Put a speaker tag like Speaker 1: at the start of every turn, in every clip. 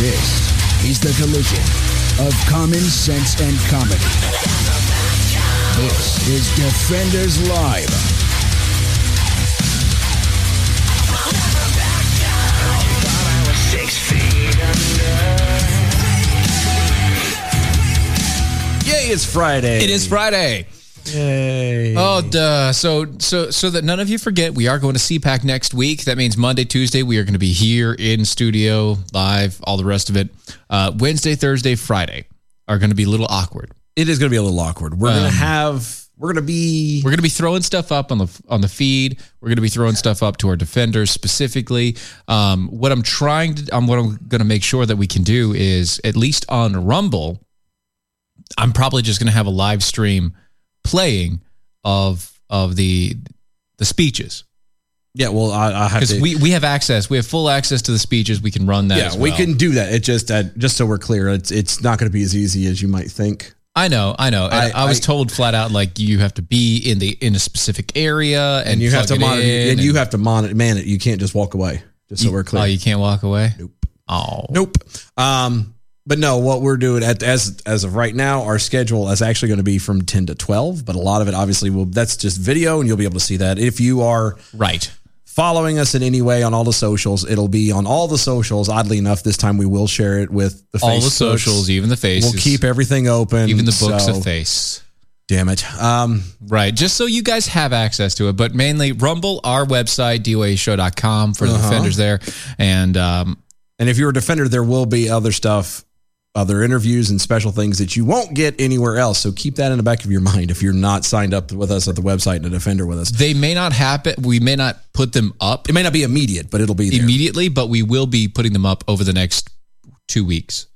Speaker 1: is the collision of common sense and comedy. This is Defenders Live.
Speaker 2: Yay, it's Friday.
Speaker 3: It is Friday.
Speaker 2: Yay.
Speaker 3: Oh, duh. So, so, so that none of you forget, we are going to CPAC next week. That means Monday, Tuesday, we are going to be here in studio, live, all the rest of it. Uh, Wednesday, Thursday, Friday are going to be a little awkward.
Speaker 2: It is going to be a little awkward. We're going to have, we're going to be,
Speaker 3: We're going to be throwing stuff up on the on the feed. We're going to be throwing stuff up to our defenders specifically. Um, what I'm trying to, um, what I'm going to make sure that we can do is at least on Rumble, I'm probably just going to have a live stream playing of of the the speeches
Speaker 2: yeah, well, I, I have
Speaker 3: because
Speaker 2: to.
Speaker 3: we we have access. We have full access to the speeches. We can run that.
Speaker 2: yeah,
Speaker 3: as
Speaker 2: we
Speaker 3: well.
Speaker 2: can do that. It just, uh, just so we're clear, it's, it's not going to be as easy as you might think.
Speaker 3: I know, I know. And I,
Speaker 2: I-
Speaker 3: was
Speaker 2: I-
Speaker 3: told flat out like you have to be in the in a specific area and,
Speaker 2: And you have to
Speaker 3: plug it
Speaker 2: monitor,
Speaker 3: in
Speaker 2: and, you have to monitor, man it. You can't just walk away. Just so we're clear.
Speaker 3: Oh, you can't walk away.
Speaker 2: Nope.
Speaker 3: Oh,
Speaker 2: Nope. Um, but no, what we're doing at as as of right now, our schedule is actually going to be from ten to twelve. But a lot of it, obviously, will that's just video, and you'll be able to see that if you are
Speaker 3: right.
Speaker 2: following us in any way on all the socials. It'll be on all the socials. Oddly enough, this time we will share it with the
Speaker 3: All the
Speaker 2: Facebooks.
Speaker 3: socials, even the faces,
Speaker 2: We'll keep everything open,
Speaker 3: even the books
Speaker 2: so-
Speaker 3: of face.
Speaker 2: Damn it. Um,
Speaker 3: Right, just so you guys have access to it, but mainly Rumble, our website, doashow.com for the
Speaker 2: Uh-huh.
Speaker 3: defenders there, and um,
Speaker 2: And if you're a defender, there will be other stuff, other interviews and special things that you won't get anywhere else. So keep that in the back of your mind if you're not signed up with us at the website and a defender with us.
Speaker 3: they may not happen. We may not put them up
Speaker 2: It may not be immediate, but it'll be there.
Speaker 3: immediately, but we will be putting them up over the next two weeks.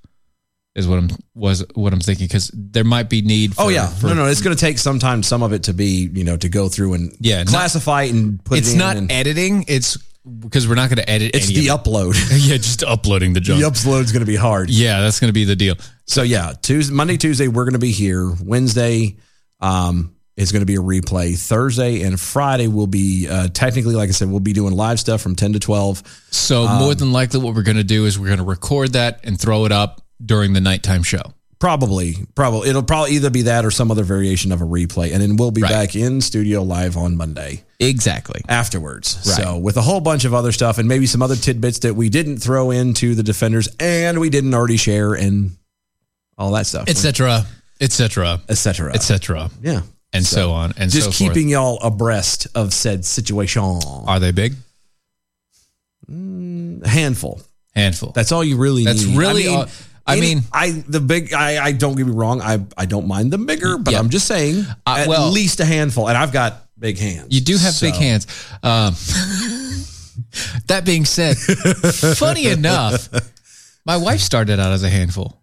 Speaker 3: Is what I'm was what I'm thinking because there might be need. For,
Speaker 2: Oh yeah,
Speaker 3: for-
Speaker 2: no, no. It's going to take some time, some of it to be, you know, to go through and
Speaker 3: Yeah, not-
Speaker 2: classify it and put it.
Speaker 3: it's
Speaker 2: in
Speaker 3: not
Speaker 2: and-
Speaker 3: editing. It's because we're not going to edit.
Speaker 2: it's
Speaker 3: any
Speaker 2: the
Speaker 3: of
Speaker 2: upload.
Speaker 3: it. yeah, just uploading the
Speaker 2: the
Speaker 3: junk.
Speaker 2: upload's going to be hard.
Speaker 3: Yeah, that's going to be the deal.
Speaker 2: So yeah, Tuesday, Monday, Tuesday, we're going to be here. Wednesday um, is going to be a replay. Thursday and Friday will be uh, technically, like I said, we'll be doing live stuff from ten to twelve.
Speaker 3: So
Speaker 2: Um,
Speaker 3: more than likely, what we're going to do is we're going to record that and throw it up during the nighttime show.
Speaker 2: Probably, probably it'll probably either be that or some other variation of a replay, and then we'll be
Speaker 3: Right.
Speaker 2: back in studio live on Monday
Speaker 3: Exactly.
Speaker 2: afterwards.
Speaker 3: Right.
Speaker 2: So with a whole bunch of other stuff and maybe some other tidbits that we didn't throw into the defenders and we didn't already share and all that stuff,
Speaker 3: Etc. Etc.
Speaker 2: etc.
Speaker 3: Etc.
Speaker 2: Yeah,
Speaker 3: And so,
Speaker 2: So,
Speaker 3: on and
Speaker 2: just
Speaker 3: so forth. Uh,
Speaker 2: keeping y'all abreast of said situation.
Speaker 3: Are they big?
Speaker 2: A handful.
Speaker 3: Handful.
Speaker 2: That's all you really.
Speaker 3: That's
Speaker 2: need.
Speaker 3: really all- I
Speaker 2: any-
Speaker 3: mean-
Speaker 2: I the big. I, I don't get me wrong. I I don't mind them bigger, but
Speaker 3: Yeah.
Speaker 2: I'm just saying
Speaker 3: Uh,
Speaker 2: at
Speaker 3: well-
Speaker 2: least a handful, and I've got big hands.
Speaker 3: You do have
Speaker 2: So-
Speaker 3: big hands. Um, that being said, funny enough, my wife started out as a handful.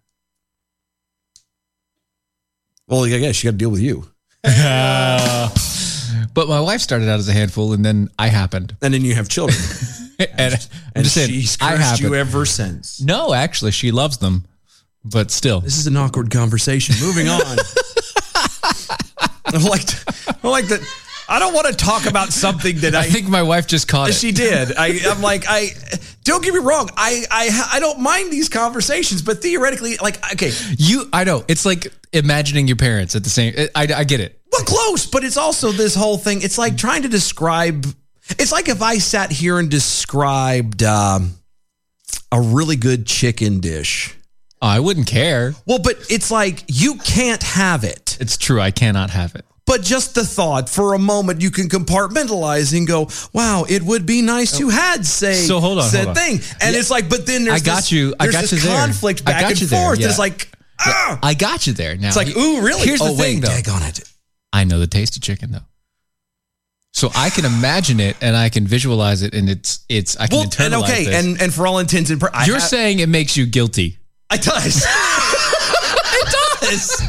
Speaker 2: Well, yeah, yeah. She got to deal with you,
Speaker 3: But my wife started out as a handful, and then I happened.
Speaker 2: and then you have children,
Speaker 3: And, I'm
Speaker 2: and
Speaker 3: just saying,
Speaker 2: she's
Speaker 3: I
Speaker 2: cursed you
Speaker 3: happened.
Speaker 2: ever since.
Speaker 3: No, actually, she loves them, but still.
Speaker 2: This is an awkward conversation. Moving on. I'm like, I'm like that. I don't want to talk about something that I,
Speaker 3: I think my wife just caught it.
Speaker 2: She did. I, I'm like, I don't get me wrong. I, I, I don't mind these conversations, but theoretically, like, okay,
Speaker 3: you, I know. It's like imagining your parents at the same. I, I get it.
Speaker 2: well, close, but it's also this whole thing. It's like trying to describe. It's like if I sat here and described um, a really good chicken dish.
Speaker 3: I wouldn't care.
Speaker 2: Well, but it's like you can't have it.
Speaker 3: It's true. I cannot have it.
Speaker 2: But just the thought for a moment, you can compartmentalize and go, "Wow, it would be nice to had say
Speaker 3: Oh. So hold on,
Speaker 2: said
Speaker 3: hold on.
Speaker 2: thing." And it's like, but then there's
Speaker 3: I got
Speaker 2: this,
Speaker 3: you. I
Speaker 2: there's
Speaker 3: got
Speaker 2: this
Speaker 3: you there.
Speaker 2: conflict
Speaker 3: I
Speaker 2: back
Speaker 3: got
Speaker 2: and
Speaker 3: you there,
Speaker 2: forth.
Speaker 3: yeah.
Speaker 2: It's like, ah,
Speaker 3: I got you there. Now
Speaker 2: it's like, ooh, really?
Speaker 3: Here's the
Speaker 2: oh,
Speaker 3: thing,
Speaker 2: wait,
Speaker 3: though.
Speaker 2: Daggone it.
Speaker 3: I know the taste of chicken though. So I can imagine it and I can visualize it and it's it's I can
Speaker 2: Well,
Speaker 3: internalize
Speaker 2: and okay,
Speaker 3: this.
Speaker 2: and and for all intents and purposes,
Speaker 3: you're saying it makes you guilty.
Speaker 2: it does. it does.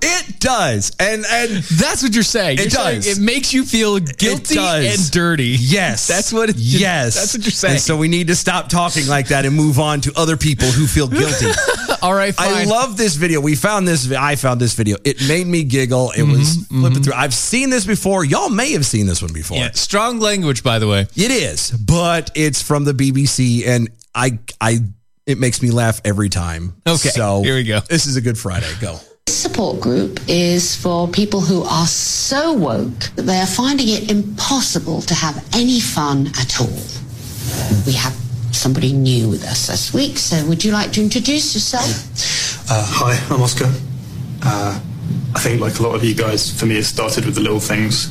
Speaker 2: It does. And and
Speaker 3: That's what you're saying.
Speaker 2: It
Speaker 3: You're saying
Speaker 2: does.
Speaker 3: it makes you feel guilty
Speaker 2: does.
Speaker 3: and dirty.
Speaker 2: Yes.
Speaker 3: That's what it
Speaker 2: Yes.
Speaker 3: That's what you're saying.
Speaker 2: And so we need to stop talking like that and move on to other people who feel guilty.
Speaker 3: All right, fine.
Speaker 2: I love this video. We found this. vi- I found this video. It made me giggle. It was
Speaker 3: Mm-hmm,
Speaker 2: flipping through. I've seen this before. Y'all may have seen this one before.
Speaker 3: Yeah, strong language by the way.
Speaker 2: It is, but it's from the BBC, and I, I, It makes me laugh every time.
Speaker 3: Okay,
Speaker 2: So
Speaker 3: here we go.
Speaker 2: This is a good Friday. Go.
Speaker 4: support group is for people who are so woke that they are finding it impossible to have any fun at all. We have somebody new with us this week, so would you like to introduce yourself?
Speaker 5: Uh, hi, I'm Oscar. Uh, I think, like a lot of you guys, for me, it started with the little things.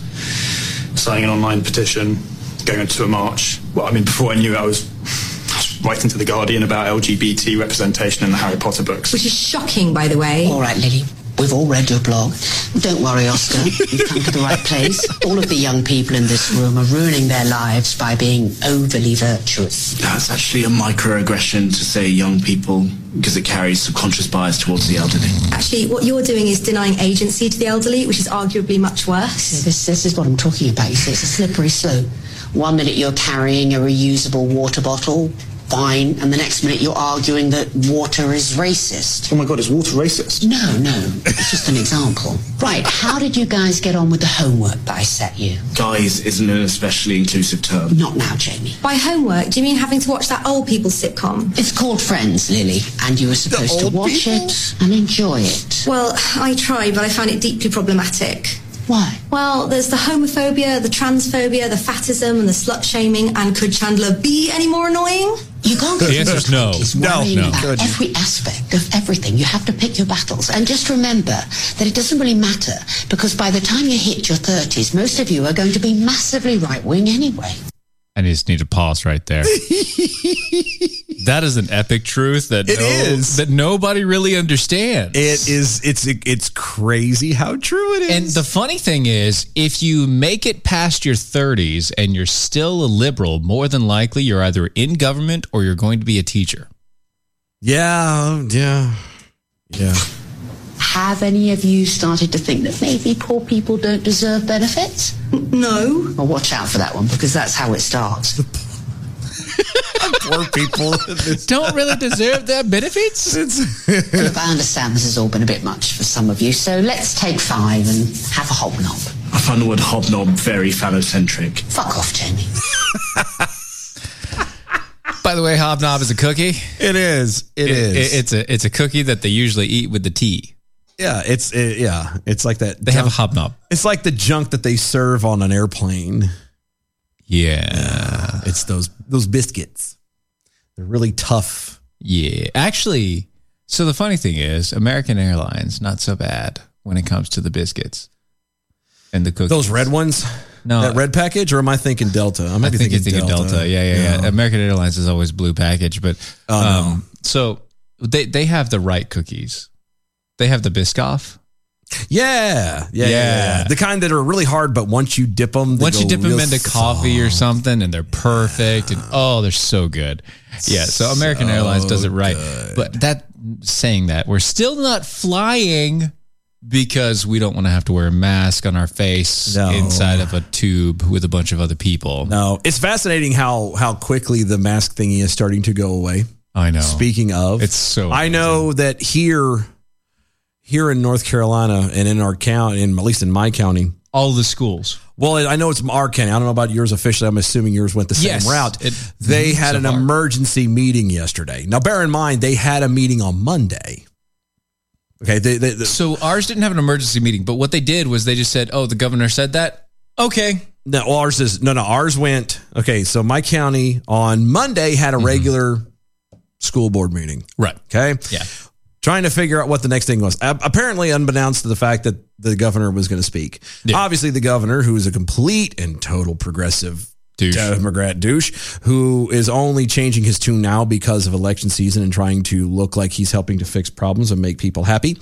Speaker 5: Signing an online petition, going into a march. Well, I mean, before I knew it, I was writing to The Guardian about LGBT representation in the Harry Potter books.
Speaker 6: which is shocking, by the way.
Speaker 4: All right, Lily. We've all read your blog. Don't worry, Oscar. You've come to the right place. All of the young people in this room are ruining their lives by being overly virtuous.
Speaker 7: That's actually a microaggression to say young people because it carries subconscious bias towards the elderly.
Speaker 6: Actually, what you're doing is denying agency to the elderly, which is arguably much worse.
Speaker 4: This, this is what I'm talking about. You see, it's a slippery slope. One minute you're carrying a reusable water bottle, fine, and the next minute you're arguing that water is racist.
Speaker 5: Oh my god, is water racist?
Speaker 4: No, no, it's just an example. Right, how did you guys get on with the homework that I set you?
Speaker 7: Guys isn't an especially inclusive term.
Speaker 4: Not now, Jamie.
Speaker 6: By homework, do you mean having to watch that old people sitcom?
Speaker 4: It's called Friends, Lily, and you were supposed to
Speaker 2: old
Speaker 4: watch
Speaker 2: people?
Speaker 4: it and enjoy it.
Speaker 6: Well, I tried, but I found it deeply problematic.
Speaker 4: Why?
Speaker 6: Well, there's the homophobia, the transphobia, the fatism, and the slut shaming. And could Chandler be any more annoying?
Speaker 4: You can't.
Speaker 3: The answer's no.
Speaker 4: It's
Speaker 2: No,
Speaker 4: worrying
Speaker 2: no.
Speaker 4: about
Speaker 2: Good.
Speaker 4: every aspect of everything. You have to pick your battles, and just remember that it doesn't really matter because by the time you hit your thirties, most of you are going to be massively right wing anyway.
Speaker 3: I just need to pause right there. that is an epic truth that
Speaker 2: It is.
Speaker 3: that nobody really understands.
Speaker 2: It is. It's it's crazy how true it is.
Speaker 3: And the funny thing is, if you make it past your 30s and you're still a liberal, more than likely you're either in government or you're going to be a teacher.
Speaker 2: yeah, yeah, yeah.
Speaker 4: Have any of you started to think that maybe poor people don't deserve benefits?
Speaker 6: No.
Speaker 4: Well, watch out for that one because that's how it starts.
Speaker 2: Poor people. It's-
Speaker 3: Don't really deserve that benefits.
Speaker 2: it's-
Speaker 4: Look, I understand this has all been a bit much for some of you, so let's take five and have a hobnob.
Speaker 7: I find the word hobnob very phallocentric.
Speaker 4: Fuck off, Jamie.
Speaker 3: By the way, hobnob is a cookie.
Speaker 2: it is. It
Speaker 3: It-
Speaker 2: is.
Speaker 3: it- it's a it's a cookie that they usually eat with the tea.
Speaker 2: yeah. It's it, yeah. It's like that.
Speaker 3: They have a
Speaker 2: junk-
Speaker 3: hobnob.
Speaker 2: it's like the junk that they serve on an airplane.
Speaker 3: Yeah.
Speaker 2: It's those those biscuits. They're really tough.
Speaker 3: Yeah. Actually, so the funny thing is, American Airlines not so bad when it comes to the biscuits and the cookies.
Speaker 2: Those red ones.
Speaker 3: No.
Speaker 2: that red package, or am I thinking Delta? I might
Speaker 3: I
Speaker 2: be
Speaker 3: think you're
Speaker 2: thinking,
Speaker 3: thinking Delta. Yeah, yeah, yeah, American Airlines is always blue package, but
Speaker 2: Oh, no.
Speaker 3: um, so they they have the right cookies. They have the Biscoff.
Speaker 2: Yeah, yeah,
Speaker 3: Yeah.
Speaker 2: yeah, yeah. The kind that are really hard, but once you dip them, they
Speaker 3: Once you
Speaker 2: go
Speaker 3: dip them
Speaker 2: real
Speaker 3: into coffee or something, and they're perfect, and oh, they're so good. Yeah, so American Airlines does it right. But that saying that we're still not flying because we don't want to have to wear a mask on our face
Speaker 2: No.
Speaker 3: inside of a tube with a bunch of other people.
Speaker 2: No, it's fascinating how how quickly the mask thingy is starting to go away.
Speaker 3: I know.
Speaker 2: Speaking of,
Speaker 3: It's so
Speaker 2: I know that here, here in North Carolina and in our county, in at least in my county.
Speaker 3: all the schools.
Speaker 2: Well, I know it's our county. I don't know about yours officially. I'm assuming yours went the same
Speaker 3: Yes,
Speaker 2: route.
Speaker 3: it-
Speaker 2: they had
Speaker 3: so
Speaker 2: an
Speaker 3: far.
Speaker 2: emergency meeting yesterday. Now, bear in mind, they had a meeting on Monday. Okay, they, they, they-
Speaker 3: So ours didn't have an emergency meeting, but what they did was they just said, "Oh, the governor said that." Okay,
Speaker 2: No, ours is no, no. Ours went okay. So my county on Monday had
Speaker 3: Mm-hmm.
Speaker 2: a regular school board meeting.
Speaker 3: right.
Speaker 2: Okay,
Speaker 3: Yeah.
Speaker 2: Trying to figure out what the next thing was. A- Apparently, unbeknownst to the fact that the governor was going to speak.
Speaker 3: Yeah.
Speaker 2: Obviously, the governor, who is a complete and total progressive
Speaker 3: Douche.
Speaker 2: Democrat douche, who is only changing his tune now because of election season and trying to look like he's helping to fix problems and make people happy.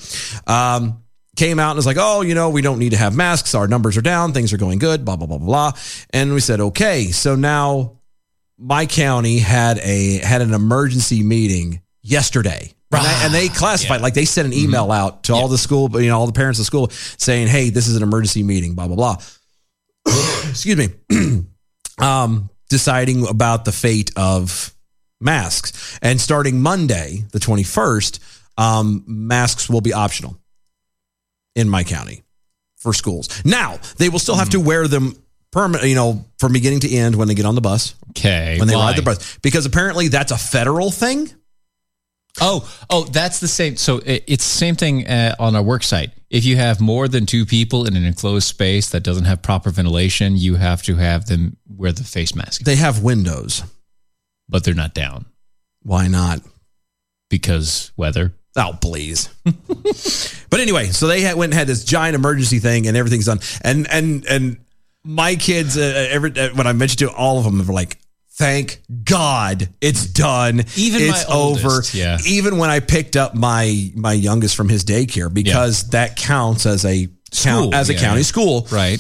Speaker 2: Um, came out and was like, oh, you know, we don't need to have masks. Our numbers are down. Things are going good, blah, blah, blah, blah. blah. And we said, okay. So now my county had a had an emergency meeting yesterday. And they, and they classified like they sent an email out to all the school, you know, all the parents of school saying, "Hey, this is an emergency meeting." Blah blah blah. Excuse me. um, deciding about the fate of masks. And starting Monday, the 21st, um, masks will be optional in my county for schools. Now, they will still have to wear them permanent, you know, from beginning to end when they get on the bus,
Speaker 3: Okay.
Speaker 2: when they
Speaker 3: why?
Speaker 2: ride the bus, because apparently that's a federal thing.
Speaker 3: Oh, oh, that's the same. So i- it's the same thing uh, on our work site. If you have more than two people in an enclosed space that doesn't have proper ventilation, you have to have them wear the face mask,
Speaker 2: They have windows.
Speaker 3: but they're not down
Speaker 2: Why not?
Speaker 3: because weather.
Speaker 2: Oh, please. but anyway, so they had, went and had this giant emergency thing, and everything's done. And and and my kids, uh, every uh, when I mentioned to all of them, they're like. Thank God it's done.
Speaker 3: Even my
Speaker 2: it's
Speaker 3: oldest,
Speaker 2: over.
Speaker 3: yeah.
Speaker 2: Even when I picked up my my youngest from his daycare because that counts as a
Speaker 3: School,
Speaker 2: count as a
Speaker 3: yeah.
Speaker 2: county school.
Speaker 3: Right.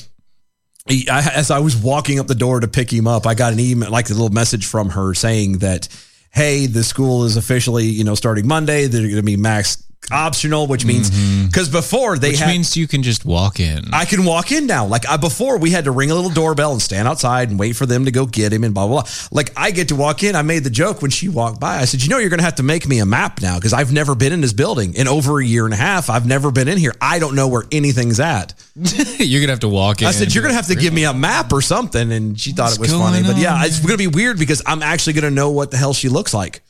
Speaker 2: he, I, as I was walking up the door to pick him up, I got an email, like a little message from her saying that, hey, the school is officially, you know, starting Monday. They're going to be max optional, which means because before they
Speaker 3: Mm-hmm. Which
Speaker 2: had.
Speaker 3: means you can just walk in.
Speaker 2: I can walk in now. Like I, before, we had to ring a little doorbell and stand outside and wait for them to go get him and blah blah. blah. Like I get to walk in. I made the joke when she walked by. I said, "You know, you're going to have to make me a map now because I've never been in this building in over a year and a half. I've never been in here. I don't know where anything's at."
Speaker 3: you're gonna have to walk in.
Speaker 2: I said, "You're gonna have to give me a map or something," and she thought
Speaker 3: What's
Speaker 2: it was
Speaker 3: going
Speaker 2: funny. but
Speaker 3: on,
Speaker 2: yeah, it's gonna be weird because I'm actually gonna know what the hell she looks like.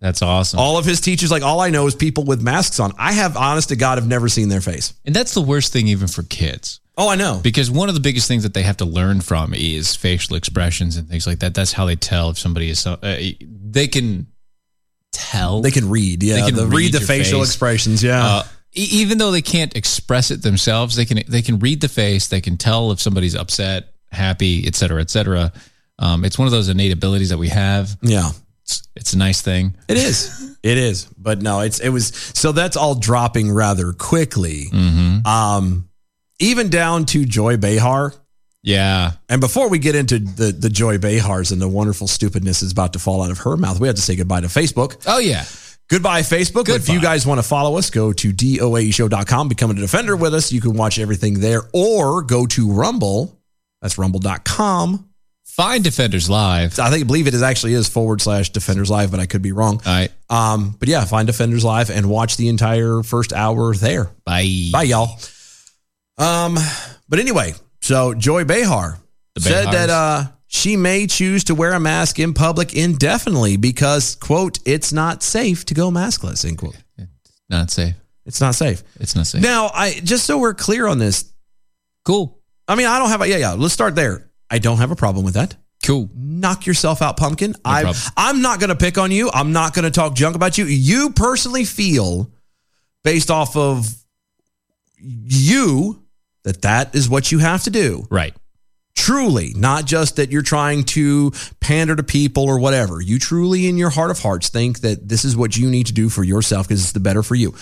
Speaker 3: That's awesome.
Speaker 2: All of his teachers, like all I know is people with masks on. I have, honest to God, have never seen their face.
Speaker 3: and that's the worst thing, even for kids.
Speaker 2: Oh, I know.
Speaker 3: Because one of the biggest things that they have to learn from is facial expressions and things like that. That's how they tell if somebody is. So, uh, they can tell.
Speaker 2: They can read. Yeah,
Speaker 3: They can
Speaker 2: the-
Speaker 3: read
Speaker 2: read, the
Speaker 3: your
Speaker 2: facial
Speaker 3: face.
Speaker 2: expressions. Yeah,
Speaker 3: Uh, e- even though they can't express it themselves, they can they can read the face. They can tell if somebody's upset, happy, et cetera, et cetera. Um, it's one of those innate abilities that we have.
Speaker 2: yeah.
Speaker 3: It's, it's a nice thing.
Speaker 2: It is. it is. But no, it's it was so that's all dropping rather quickly.
Speaker 3: Mm-hmm.
Speaker 2: Um, even down to Joy Behar.
Speaker 3: Yeah,
Speaker 2: And before we get into the the Joy Behar's and the wonderful stupidness that's about to fall out of her mouth, we have to say goodbye to Facebook.
Speaker 3: Oh yeah.
Speaker 2: Goodbye, Facebook. But If you guys want to follow us, go to doaeshow.com, become a defender with us. You can watch everything there or go to Rumble. That's rumble.com.
Speaker 3: Find Defenders Live.
Speaker 2: I think, believe it is actually is forward slash Defenders Live, but I could be wrong.
Speaker 3: All right.
Speaker 2: Um, but yeah, find Defenders Live and watch the entire first hour there.
Speaker 3: Bye.
Speaker 2: Bye, y'all. Um, but anyway, so Joy Behar
Speaker 3: The
Speaker 2: said
Speaker 3: Behars.
Speaker 2: that uh, she may choose to wear a mask in public indefinitely because, quote, it's not safe to go maskless, end quote.
Speaker 3: Not safe.
Speaker 2: It's not safe.
Speaker 3: It's not safe.
Speaker 2: Now, I just so we're clear on this,
Speaker 3: Cool.
Speaker 2: I mean, I don't have a yeah, yeah. Let's start there. I don't have a problem with that.
Speaker 3: Cool.
Speaker 2: Knock yourself out, pumpkin. I
Speaker 3: problem.
Speaker 2: I'm not going to pick on you. I'm not going to talk junk about you. You personally feel based off of you that that is what you have to do.
Speaker 3: Right.
Speaker 2: Truly, not just that you're trying to pander to people or whatever. You truly in your heart of hearts think that this is what you need to do for yourself because it's the better for you.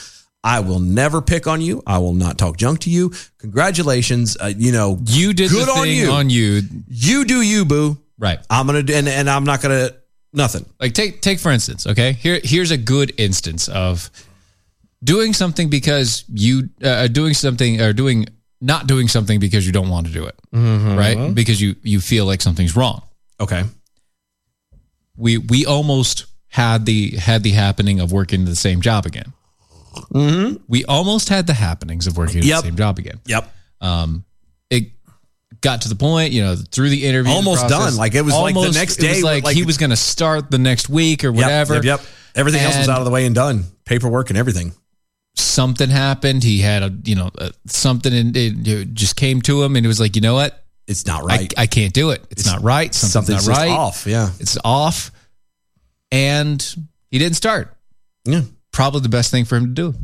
Speaker 2: I will never pick on you. I will not talk junk to you. Congratulations. Uh, you know,
Speaker 3: You did
Speaker 2: Good
Speaker 3: the
Speaker 2: on
Speaker 3: thing
Speaker 2: you.
Speaker 3: on you.
Speaker 2: you do you, boo.
Speaker 3: Right.
Speaker 2: I'm gonna do, and, and I'm not gonna nothing.
Speaker 3: Like take take for instance, okay? Here here's a good instance of doing something because you uh, are doing something or doing not doing something because you don't want to do it.
Speaker 2: Mm-hmm.
Speaker 3: Right? Because you you feel like something's wrong.
Speaker 2: Okay.
Speaker 3: We we almost had the had the happening of working the same job again. We almost had the happenings of working
Speaker 2: Mm-hmm. Yep.
Speaker 3: the same job again.
Speaker 2: Yep.
Speaker 3: um, it got to the point, you know, through the interview,
Speaker 2: Almost
Speaker 3: process,
Speaker 2: done. Like, it was, like, the next
Speaker 3: it was
Speaker 2: day,
Speaker 3: like,
Speaker 2: like-
Speaker 3: he was going to start the next week or whatever.
Speaker 2: Yep. yep, yep. Everything else was
Speaker 3: And-
Speaker 2: out of the way and done. Paperwork and everything.
Speaker 3: Something happened. He had a, you know, uh, something, and it, it just came to him, and it was like, you know what,
Speaker 2: It's not right.
Speaker 3: I, I can't do it. It's,
Speaker 2: It's-
Speaker 3: not right. Something's,
Speaker 2: Something's
Speaker 3: not
Speaker 2: just
Speaker 3: right.
Speaker 2: off. Yeah.
Speaker 3: It's off, and he didn't start.
Speaker 2: Yeah.
Speaker 3: Probably the best thing for him to do.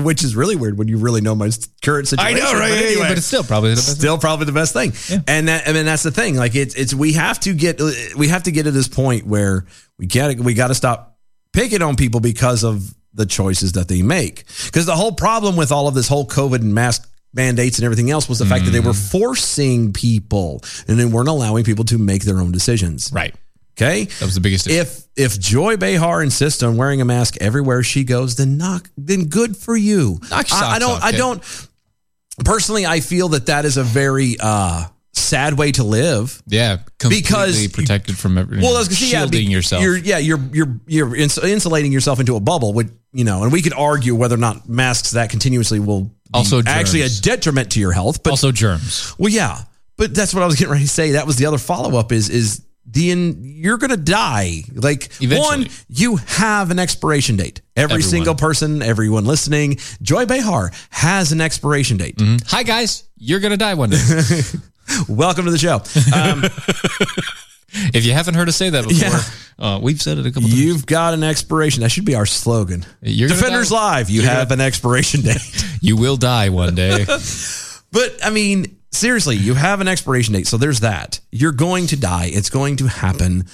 Speaker 2: Which is really weird when you really know my s- current situation. But anyway.
Speaker 3: But it's still probably the best.
Speaker 2: still probably the best thing. And that, I mean, that's the thing. Like it's, it's, we have to get, we have to get to this point where we get, we got to stop picking on people because of the choices that they make. Cause the whole problem with all of this whole COVID and mask mandates and everything else was the fact that they were
Speaker 3: Mm.
Speaker 2: forcing people and they weren't allowing people to make their own decisions.
Speaker 3: Right.
Speaker 2: Okay.
Speaker 3: That was the biggest. issue.
Speaker 2: If if Joy Behar insists on wearing a mask everywhere she goes, then knock, then good for you.
Speaker 3: Knock your
Speaker 2: I,
Speaker 3: socks
Speaker 2: I don't.
Speaker 3: off,
Speaker 2: I
Speaker 3: kid.
Speaker 2: don't. Personally, I feel that that is a very uh, sad way to live.
Speaker 3: yeah, completely
Speaker 2: because-
Speaker 3: protected from everything.
Speaker 2: Well, I was gonna say, yeah,
Speaker 3: shielding
Speaker 2: be-
Speaker 3: yourself.
Speaker 2: You're, yeah, you're you're you're ins- insulating yourself into a bubble. With you know, and we could argue whether or not masks that continuously will be
Speaker 3: Also germs.
Speaker 2: actually a detriment to your health. But
Speaker 3: also germs.
Speaker 2: Well, yeah, but that's what I was getting ready to say. That was the other follow up. Is is the in, you're going to die. Like
Speaker 3: Eventually.
Speaker 2: one, you have an expiration date. Every
Speaker 3: Everyone.
Speaker 2: single person, everyone listening, Joy Behar has an expiration date.
Speaker 3: Hi guys, you're gonna die one day.
Speaker 2: Welcome to the show. Um,
Speaker 3: if you haven't heard us say that before,
Speaker 2: Yeah.
Speaker 3: uh, we've said it a couple times.
Speaker 2: You've got an expiration. That should be our slogan.
Speaker 3: You're gonna
Speaker 2: Defenders
Speaker 3: die-
Speaker 2: Live. You have an expiration date.
Speaker 3: You will die one day.
Speaker 2: But I mean, seriously, you have an expiration date. So there's that. You're going to die. It's going to happen.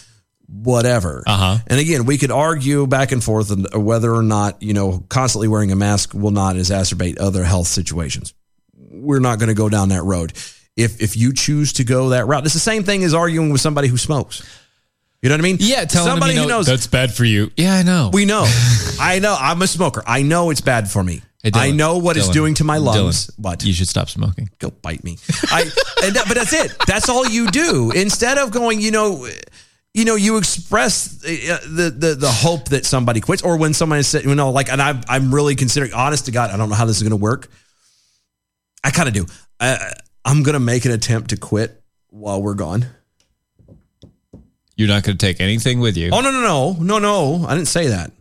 Speaker 2: Whatever.
Speaker 3: Uh-huh.
Speaker 2: And again, we could argue back and forth on whether or not you know constantly wearing a mask will not exacerbate other health situations. We're not going to go down that road. If if you choose to go that route, it's the same thing as arguing with somebody who smokes. You know what I mean?
Speaker 3: yeah, tell
Speaker 2: somebody who knows
Speaker 3: that's bad for you. Yeah, I know.
Speaker 2: we know. I know. I'm a smoker. I know it's bad for me.
Speaker 3: Hey, Dylan.
Speaker 2: I know what it's
Speaker 3: Dylan.
Speaker 2: doing to my lungs.
Speaker 3: Dylan,
Speaker 2: But
Speaker 3: you should stop smoking.
Speaker 2: go bite me. I. And that, but that's it. That's all you do. Instead of going, you know, you know, you express uh, the the the hope that somebody quits, or when someone said, you know, like, and I'm I'm really considering. Honest to God, I don't know how this is going to work. I kind of do. I, I'm going to make an attempt to quit while we're gone.
Speaker 3: You're not going to take anything with you.
Speaker 2: Oh no no no no no! I didn't say that.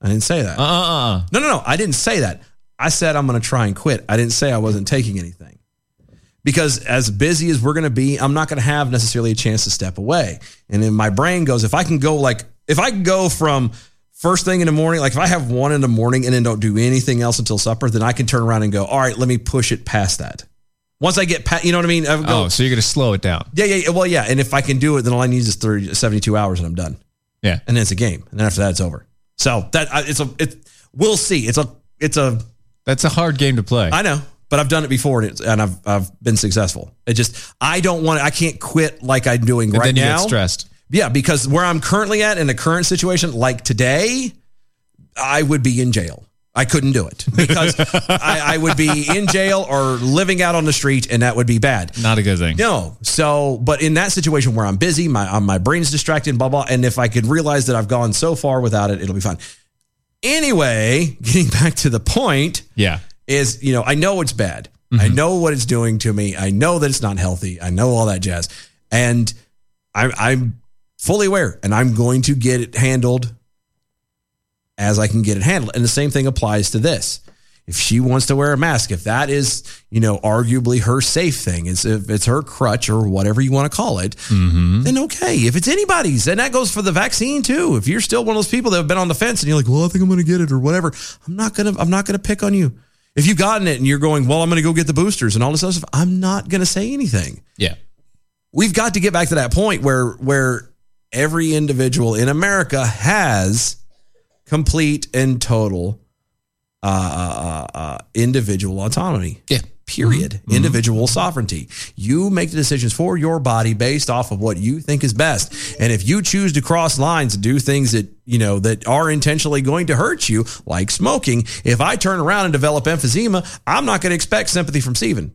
Speaker 2: I didn't say that.
Speaker 3: Uh uh uh.
Speaker 2: No, no, no. I didn't say that. I said I'm going to try and quit. I didn't say I wasn't taking anything. Because as busy as we're going to be, I'm not going to have necessarily a chance to step away. And then my brain goes, if I can go like, if I can go from first thing in the morning, like if I have one in the morning and then don't do anything else until supper, then I can turn around and go, all right, let me push it past that. Once I get past, you know what I mean? I go,
Speaker 3: Oh, so you're going to slow it down.
Speaker 2: yeah, yeah, yeah. Well, yeah. And if I can do it, then all I need is 30, 72 hours and I'm done
Speaker 3: Yeah.
Speaker 2: and then it's a game, and then after that it's over. So that I- it's a it. We'll see. It's a it's a
Speaker 3: That's a hard game to play.
Speaker 2: I know, but I've done it before, and, it's, and I've I've been successful. It just I don't want I can't quit like I'm doing
Speaker 3: and
Speaker 2: right
Speaker 3: then you
Speaker 2: now.
Speaker 3: get stressed.
Speaker 2: Yeah, because where I'm currently at in the current situation, like today, I would be in jail. I couldn't do it because I, I would be in jail or living out on the street, and that would be bad.
Speaker 3: Not a good thing.
Speaker 2: No. So, but in that situation where I'm busy, my uh, my brain's distracted, blah blah, and if I could realize that I've gone so far without it, it'll be fine. Anyway, getting back to the point
Speaker 3: Yeah.
Speaker 2: is, you know, I know it's bad. I know what it's doing to me. I know that it's not healthy. I know all that jazz, and I'm I'm fully aware, and I'm going to get it handled as I can get it handled. And the same thing applies to this. If she wants to wear a mask, if that is, you know, arguably her safe thing, is if it's her crutch or whatever you want to call it, then okay. If it's anybody's, and that goes for the vaccine too. If you're still one of those people that have been on the fence and you're like, well, I think I'm going to get it or whatever, I'm not going to, I'm not going to pick on you. If you've gotten it and you're going, well, I'm going to go get the boosters and all this other stuff, I'm not going to say anything
Speaker 3: Yeah.
Speaker 2: we've got to get back to that point where where every individual in America has complete and total uh, uh, uh, uh, individual autonomy.
Speaker 3: Yeah.
Speaker 2: Period. Individual sovereignty. You make the decisions for your body based off of what you think is best. And if you choose to cross lines and do things that, you know, that are intentionally going to hurt you, like smoking, if I turn around and develop emphysema, I'm not going to expect sympathy from Steven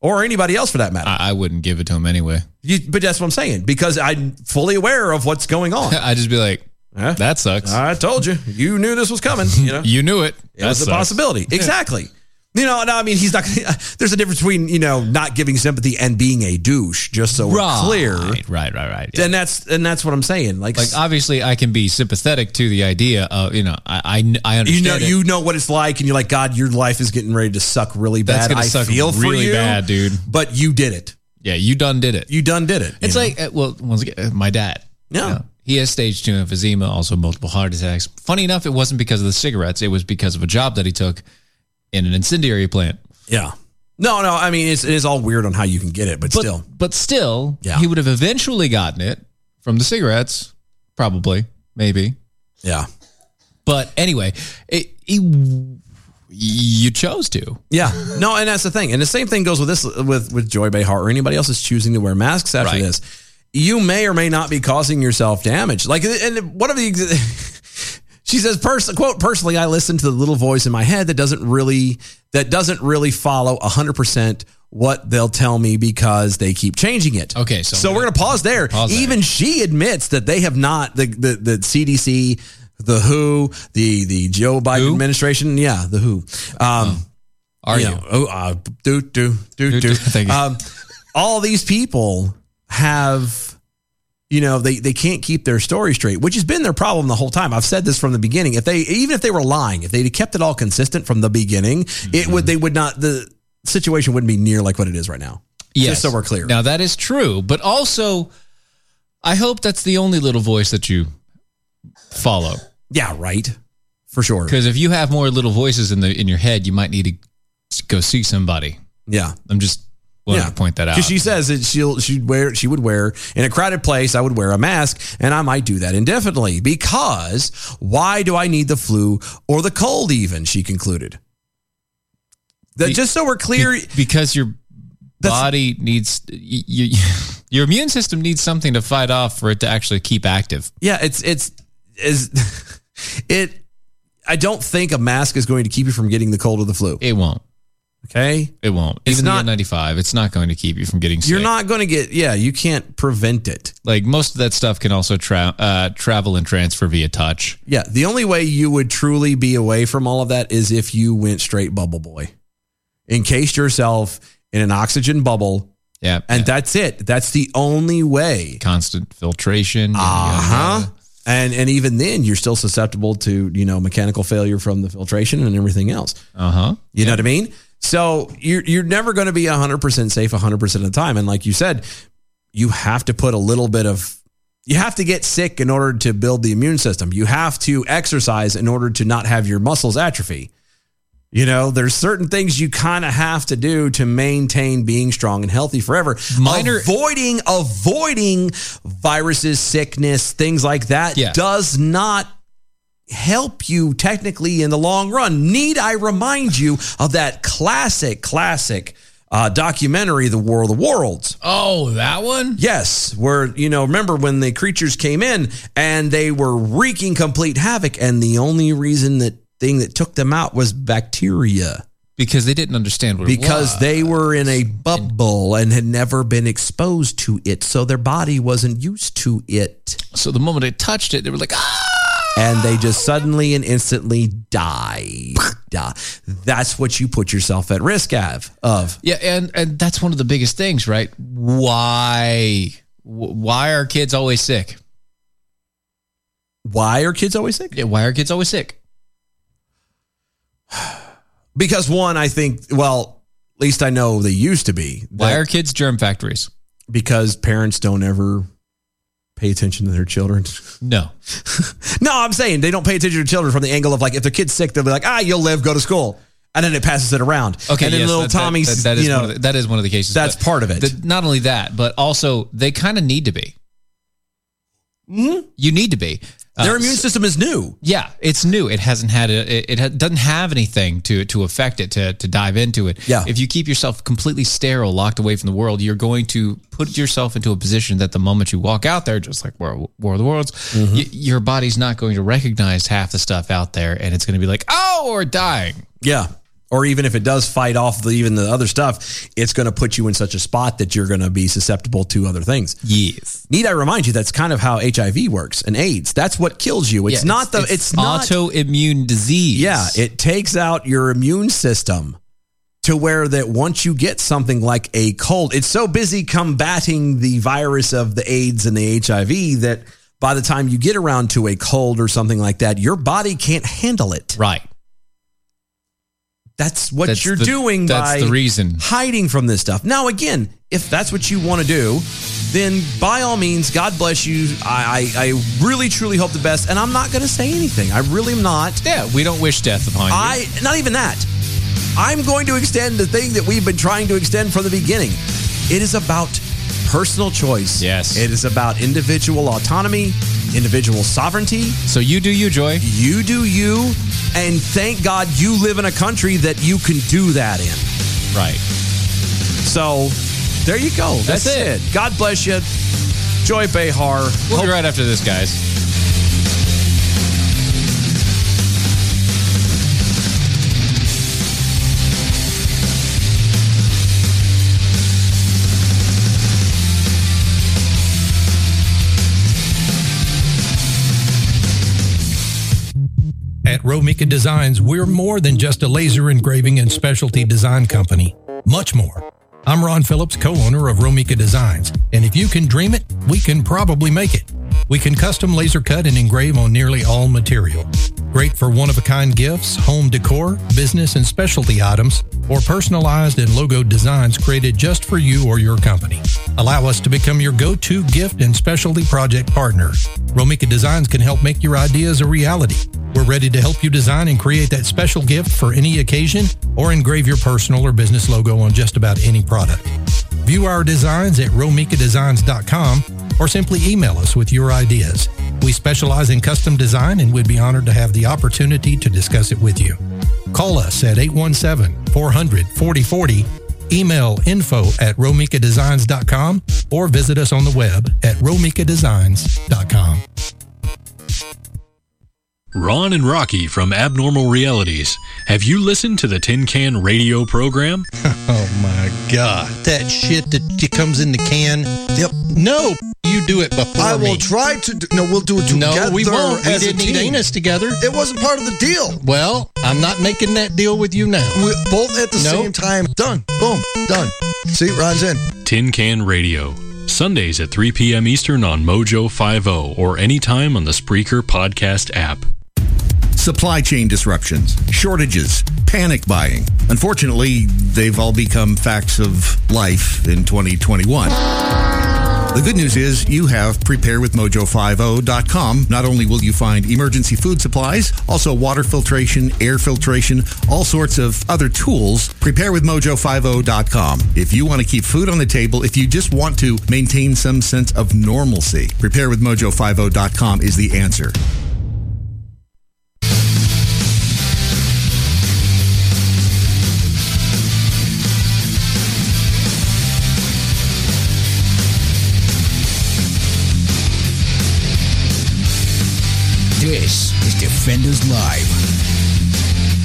Speaker 2: or anybody else for that matter.
Speaker 3: I, I wouldn't give it to him anyway.
Speaker 2: You, but that's what I'm saying because I'm fully aware of what's going on.
Speaker 3: I'd just be like,
Speaker 2: Huh?
Speaker 3: that sucks.
Speaker 2: I told you, you knew this was coming. You know,
Speaker 3: you knew it.
Speaker 2: it was a possibility. Exactly. You know, no, I mean, he's not. Gonna, there's a difference between you know not giving sympathy and being a douche. Just so
Speaker 3: Right.
Speaker 2: we're clear,
Speaker 3: Right, right, right. Yeah.
Speaker 2: and that's and that's what I'm saying. Like,
Speaker 3: like obviously I can be sympathetic to the idea of, you know, I I, kn- I
Speaker 2: you
Speaker 3: understand
Speaker 2: know,
Speaker 3: it.
Speaker 2: you know what it's like, and you're like, God, your life is getting ready to suck really
Speaker 3: That's
Speaker 2: bad.
Speaker 3: gonna
Speaker 2: I
Speaker 3: suck
Speaker 2: feel
Speaker 3: really
Speaker 2: for you,
Speaker 3: bad, dude.
Speaker 2: But you did it.
Speaker 3: yeah, you done did it.
Speaker 2: You done did it.
Speaker 3: It's
Speaker 2: you know?
Speaker 3: like, uh, well, once again, uh, my dad.
Speaker 2: Yeah.
Speaker 3: You know, he has stage two emphysema, also multiple heart attacks. Funny enough, it wasn't because of the cigarettes; it was because of a job that he took in an incendiary plant.
Speaker 2: yeah. No, no. I mean, it's it's all weird on how you can get it, but,
Speaker 3: But
Speaker 2: still,
Speaker 3: but still,
Speaker 2: Yeah.
Speaker 3: he would have eventually gotten it from the cigarettes, probably, maybe.
Speaker 2: yeah,
Speaker 3: But anyway, it, he- you chose to.
Speaker 2: Yeah, no, and that's the thing, and the same thing goes with this with with Joy Behar or anybody else that's choosing to wear masks after
Speaker 3: Right.
Speaker 2: this. You may or may not be causing yourself damage. Like, and one of the ex- she says, pers- "quote Personally, I listen to the little voice in my head that doesn't really that doesn't really follow hundred percent what they'll tell me because they keep changing it."
Speaker 3: Okay, so-
Speaker 2: so we're gonna pause there.
Speaker 3: Pause there.
Speaker 2: Even she admits that they have not the the, the CDC. The WHO, the the Joe Biden
Speaker 3: Who?
Speaker 2: administration, yeah, the WHO. Um,
Speaker 3: Are
Speaker 2: you
Speaker 3: you?
Speaker 2: know, oh, uh, do, do, Um,
Speaker 3: Do,
Speaker 2: do, do.
Speaker 3: do. Thank you.
Speaker 2: Um, all these people have you know they they can't keep their story straight which has been their problem the whole time i've said this from the beginning if they even if they were lying if they'd kept it all consistent from the beginning it would they would not the situation wouldn't be near like what it is right now just so we're clear
Speaker 3: Now that is true, but also, I hope that's the only little voice that you follow.
Speaker 2: yeah right for sure
Speaker 3: Because if you have more little voices in the in your head, you might need to go see somebody.
Speaker 2: yeah
Speaker 3: I'm just wanting
Speaker 2: Yeah.
Speaker 3: to point that out.
Speaker 2: Because she says that she'll she'd wear she would wear in a crowded place. I would wear a mask, and I might do that indefinitely. Because why do I need the flu or the cold? Even she concluded. That
Speaker 3: Be-
Speaker 2: just so we're clear,
Speaker 3: Be- because your body needs y- y- your immune system needs something to fight off for it to actually keep active.
Speaker 2: yeah, it's it's is it. I don't think a mask is going to keep you from getting the cold or the flu.
Speaker 3: It won't.
Speaker 2: Okay,
Speaker 3: It won't.
Speaker 2: It's
Speaker 3: Even
Speaker 2: not-
Speaker 3: the N95, it's not going to keep you from getting sick.
Speaker 2: you're not going to get. Yeah, you can't prevent it.
Speaker 3: like most of that stuff can also tra- uh, travel and transfer via touch.
Speaker 2: Yeah, the only way you would truly be away from all of that is if you went straight bubble boy, encased yourself in an oxygen bubble,
Speaker 3: Yeah,
Speaker 2: and
Speaker 3: yeah.
Speaker 2: that's it. That's the only way.
Speaker 3: constant filtration. yada,
Speaker 2: Uh
Speaker 3: yada,
Speaker 2: huh.
Speaker 3: yada.
Speaker 2: And and even then, you're still susceptible to you know mechanical failure from the filtration and everything else.
Speaker 3: Uh huh.
Speaker 2: You know what I mean? So you're you're never going to be 100% safe 100% of the time and like you said, you have to put a little bit of you have to get sick in order to build the immune system. You have to exercise in order to not have your muscles atrophy. You know, there's certain things you kind of have to do to maintain being strong and healthy forever.
Speaker 3: Minor-
Speaker 2: avoiding avoiding viruses, sickness, things like that
Speaker 3: Yeah.
Speaker 2: does not help you technically in the long run. Need I remind you of that classic, classic uh, documentary, The War of the Worlds?
Speaker 3: Oh, that one.
Speaker 2: Yes, where, you know, remember when the creatures came in and they were wreaking complete havoc, and the only reason that thing that took them out was bacteria
Speaker 3: Because they didn't understand what it
Speaker 2: because
Speaker 3: was.
Speaker 2: they were in a bubble and had never been exposed to it so their body wasn't used to it
Speaker 3: so the moment it touched it, they were like, ah.
Speaker 2: and they just suddenly and instantly die. Die. That's what you put yourself at risk of. Of
Speaker 3: Yeah, and and that's one of the biggest things, right? Why wh- why are kids always sick?
Speaker 2: why are kids always sick?
Speaker 3: Yeah, why are kids always sick?
Speaker 2: Because one, I think, well, at least I know they used to be.
Speaker 3: Why
Speaker 2: That-
Speaker 3: are kids germ factories?
Speaker 2: because parents don't ever pay attention to their children.
Speaker 3: No.
Speaker 2: no, I'm saying they don't pay attention to children from the angle of like if their kid's sick, they'll be like, ah, you'll live, go to school. And then it passes it around.
Speaker 3: Okay,
Speaker 2: And then
Speaker 3: yes,
Speaker 2: little
Speaker 3: that- that-
Speaker 2: Tommy's
Speaker 3: that- that is
Speaker 2: you know
Speaker 3: one of the, that is one of the cases.
Speaker 2: that's
Speaker 3: but
Speaker 2: part of it.
Speaker 3: the- not only that, but also they kind of need to be. You need to be. Uh,
Speaker 2: their Hmm? immune system is new.
Speaker 3: Yeah, it's new. It hasn't had a, it, it ha- doesn't have anything to to affect it to to dive into it.
Speaker 2: Yeah.
Speaker 3: If you keep yourself completely sterile, locked away from the world, you're going to put yourself into a position that the moment you walk out there, just like War, War of the Worlds,
Speaker 2: Mm-hmm.
Speaker 3: y- your body's not going to recognize half the stuff out there, and it's going to be like, oh, we're dying.
Speaker 2: Yeah. Or even if it does fight off the, even the other stuff, it's going to put you in such a spot that you're going to be susceptible to other things.
Speaker 3: Yes.
Speaker 2: Need I remind you that's kind of how HIV works and AIDS. That's what kills you. It's not the it's, not
Speaker 3: autoimmune disease.
Speaker 2: Yeah, it takes out your immune system to where that once you get something like a cold, it's so busy combating the virus of the AIDS and the HIV that by the time you get around to a cold or something like that, your body can't handle it.
Speaker 3: right.
Speaker 2: That's what
Speaker 3: That's
Speaker 2: you're
Speaker 3: the-
Speaker 2: doing
Speaker 3: that's
Speaker 2: by
Speaker 3: the reason.
Speaker 2: hiding from this stuff. Now, again, if that's what you want to do, then by all means, God bless you. I, I, I really, truly hope the best. And I'm not going to say anything. I really am not.
Speaker 3: Yeah, we don't wish death upon you.
Speaker 2: I not even that. I'm going to extend the thing that we've been trying to extend from the beginning. It is about personal choice.
Speaker 3: Yes.
Speaker 2: It is about individual autonomy, individual sovereignty.
Speaker 3: so you do you, Joy.
Speaker 2: You do you, and thank God you live in a country that you can do that in.
Speaker 3: Right.
Speaker 2: So there you go. That's,
Speaker 3: That's
Speaker 2: it.
Speaker 3: it.
Speaker 2: God bless you. Joy Behar.
Speaker 3: We'll be right after this, guys.
Speaker 8: At Romika Designs, we're more than just a laser engraving and specialty design company. Much more. I'm Ron Phillips, co owner of Romica Designs, and if you can dream it, we can probably make it. We can custom laser cut and engrave on nearly all material. Great for one of a kind gifts, home decor, business and specialty items, or personalized and logo designs created just for you or your company. Allow us to become your go to gift and specialty project partner. Romica Designs can help make your ideas a reality. We're ready to help you design and create that special gift for any occasion or engrave your personal or business logo on just about any product. View our designs at romikadesigns.com or simply email us with your ideas. We specialize in custom design and we'd be honored to have the opportunity to discuss it with you. Call us at 817 400 4040, email info at romikadesigns.com, or visit us on the web at romikadesigns.com.
Speaker 9: Ron and Rocky from Abnormal Realities. Have you listened to the Tin Can Radio program?
Speaker 8: Oh my god. That shit that t- comes in the can. Yep. No, you do it before
Speaker 10: I will
Speaker 8: me.
Speaker 10: try to. Do, no, we'll do it together.
Speaker 8: no, we won't. We
Speaker 10: as a
Speaker 8: didn't eat
Speaker 10: team.
Speaker 8: anus together.
Speaker 10: It wasn't part of the deal.
Speaker 8: Well, I'm not making that deal with you now.
Speaker 10: We both at the
Speaker 8: No.
Speaker 10: same time. Done. Boom. Done. See, Ron's in.
Speaker 9: Tin Can Radio. Sundays at 3 p.m. Eastern on Mojo 50 or anytime on the Spreaker podcast app.
Speaker 11: Supply chain disruptions, shortages, panic buying. Unfortunately, they've all become facts of life in 2021. The good news is you have preparewithmojo50.com. Not only will you find emergency food supplies, also water filtration, air filtration, all sorts of other tools. Preparewithmojo50.com. If you want to keep food on the table, if you just want to maintain some sense of normalcy, preparewithmojo50.com is the answer.
Speaker 1: This is Defenders Live.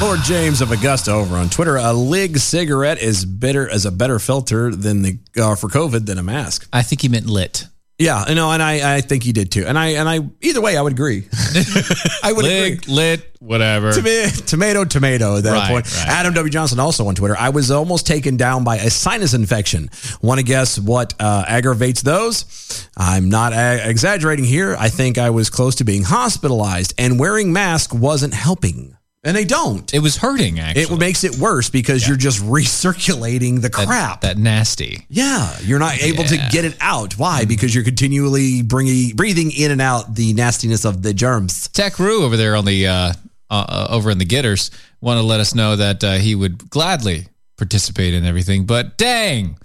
Speaker 2: Lord James of Augusta over on Twitter. A Lig cigarette is bitter as a better filter than the uh, for COVID than a mask.
Speaker 3: I think he meant lit.
Speaker 2: Yeah, you know, and I I think he did too. And I and I either way, I would agree. I would agree.
Speaker 3: Lig, lit, whatever.
Speaker 2: Toma- tomato, tomato at that
Speaker 3: Right,
Speaker 2: point.
Speaker 3: right.
Speaker 2: Adam W. Johnson also on Twitter. I was almost taken down by a sinus infection. Want to guess what uh, aggravates those? I'm not a- exaggerating here. I think I was close to being hospitalized, and wearing mask wasn't helping. And they don't.
Speaker 3: It was hurting, actually.
Speaker 2: It makes it worse because you're just recirculating the
Speaker 3: That-
Speaker 2: crap.
Speaker 3: That nasty.
Speaker 2: yeah, you're not able to
Speaker 3: Yeah. Mm-hmm.
Speaker 2: get it out. Why? Because you're continually bringing breathing in and out the nastiness of the germs.
Speaker 3: Tech Rue over there on the uh, uh, over in the Gitters want to let us know that uh, he would gladly participate in everything, but dang,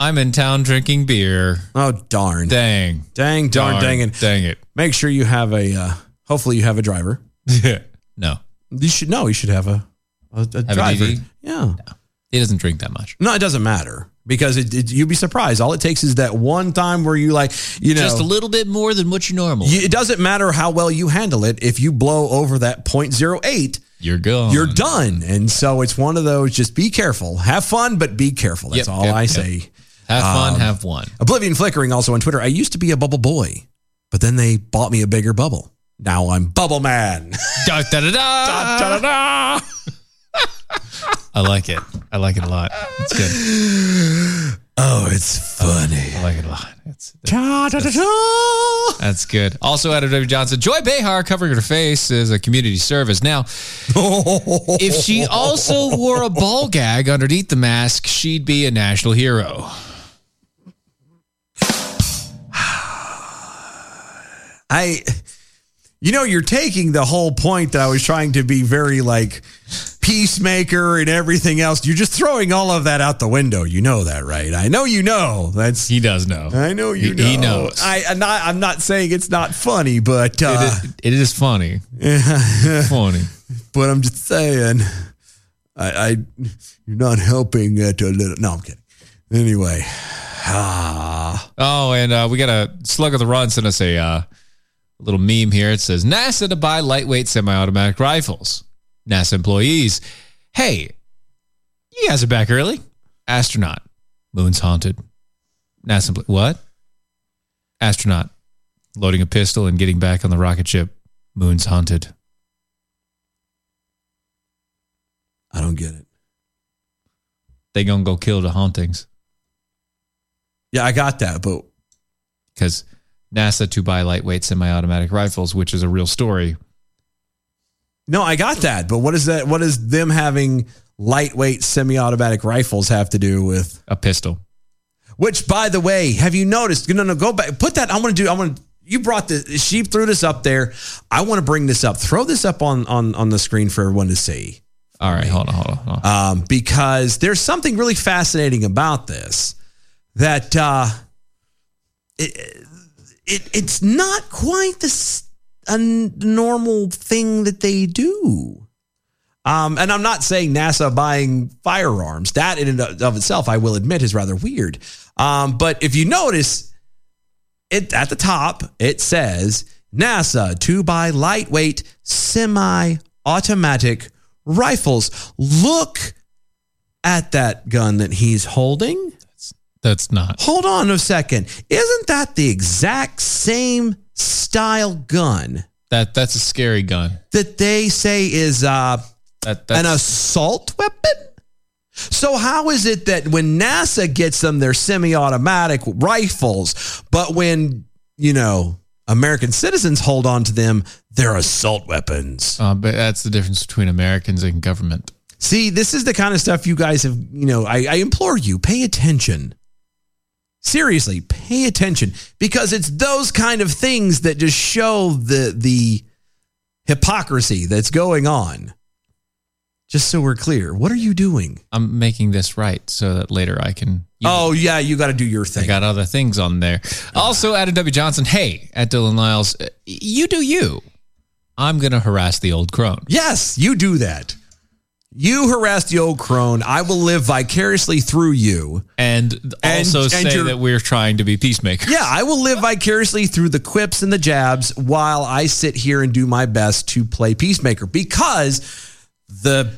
Speaker 3: I'm in town drinking beer.
Speaker 2: Oh darn! Dang,
Speaker 3: Dang,
Speaker 2: dang, darn, dang it!
Speaker 3: dang it.
Speaker 2: Make sure you have a. Uh, hopefully, you have a driver.
Speaker 3: no,
Speaker 2: You should no. You should have a a, a
Speaker 3: a
Speaker 2: driver.
Speaker 3: DV?
Speaker 2: yeah.
Speaker 3: he doesn't drink that much.
Speaker 2: No, it doesn't matter because it, it, you'd be surprised. All it takes is that one time where you like you know
Speaker 3: Just a little bit more than what you normal.
Speaker 2: You- it doesn't matter how well you handle it. If you blow over that 0.08,
Speaker 3: You're gone.
Speaker 2: you're done. And so it's one of those just be careful, have fun, but be careful. That's
Speaker 3: Yep,
Speaker 2: all
Speaker 3: yep,
Speaker 2: I
Speaker 3: yep.
Speaker 2: say.
Speaker 3: Have fun. have one.
Speaker 2: Oblivion Flickering also on Twitter. I used to be a bubble boy, but then they bought me a bigger bubble. Now I'm bubble man.
Speaker 3: Da, da, da, da.
Speaker 2: Da-da-da.
Speaker 3: I like it. I like it a lot. It's good.
Speaker 2: Oh, it's funny.
Speaker 3: I like it a lot. It's,
Speaker 2: Da-da-da-da.
Speaker 3: that's good. Also, Adam W. Johnson, Joy Behar covering her face is a community service. Now, if she also wore a ball gag underneath the mask, she'd be a national hero.
Speaker 2: I, you know, you're taking the whole point that I was trying to be very like peacemaker and everything else. You're just throwing all of that out the window. You know that, right? I know you know. That's
Speaker 3: He does know.
Speaker 2: I know you
Speaker 3: He-
Speaker 2: know.
Speaker 3: he knows.
Speaker 2: I, I'm not. I'm not saying it's not funny, but
Speaker 3: It
Speaker 2: uh,
Speaker 3: is- it is funny. funny.
Speaker 2: but I'm just saying, I, I you're not helping it a little. No, I'm kidding. Anyway, ah,
Speaker 3: Oh, and uh, we got a slug of the run sent us a uh, little meme here. It says NASA to buy lightweight semi-automatic rifles. NASA employees, hey, you guys are back early. Astronaut, moon's haunted. NASA, empl- what? Astronaut, loading a pistol and getting back on the rocket ship. Moon's haunted.
Speaker 2: I don't get it.
Speaker 3: They gonna go kill the hauntings
Speaker 2: Yeah, I got that, but
Speaker 3: because NASA to buy lightweight semi-automatic rifles, which is a real story.
Speaker 2: no, I got that. But what is that? What does them having lightweight semi-automatic rifles have to do with
Speaker 3: a pistol?
Speaker 2: Which, by the way, have you noticed? No, no, go back. Put that. I want to do. I want to. You brought this. She threw this up there. I want to bring this up. Throw this up on on on the screen for everyone to see.
Speaker 3: All right, hold on, hold on. Hold
Speaker 2: on. Um, because there's something really fascinating about this that uh, it, it it's not quite the s- a n- normal thing that they do. Um, and I'm not saying NASA buying firearms. That in and of itself, I will admit, is rather weird. Um, but if you notice, it at the top it says NASA to buy lightweight semi-automatic rifles. Look at that gun that he's holding.
Speaker 3: That's not.
Speaker 2: Hold on a second. Isn't that the exact same style gun
Speaker 3: That that's a scary gun.
Speaker 2: that they say is uh, an
Speaker 3: that's-
Speaker 2: assault weapon? So how is it that when NASA gets them their semi-automatic rifles, but when you know American citizens hold on to them, they're assault weapons?
Speaker 3: Uh, but that's the difference between Americans and government.
Speaker 2: See, this is the kind of stuff you guys have, you know, I, I implore you, pay attention. Seriously, pay attention because it's those kind of things that just show the the hypocrisy that's going on. Just so we're clear, what are you doing?
Speaker 3: I'm making this right so that later I can.
Speaker 2: oh yeah, you got to do your thing.
Speaker 3: I got other things on there. Also, Adam W. Johnson. Hey, at Dylan Lyles, uh, you do you. I'm gonna harass the old crone.
Speaker 2: Yes, you do that. You harass the old crone. I will live vicariously through you.
Speaker 3: And Also, say
Speaker 2: your-
Speaker 3: that we're trying to be peacemakers.
Speaker 2: Yeah, I will live vicariously through the quips and the jabs while I sit here and do my best to play peacemaker because the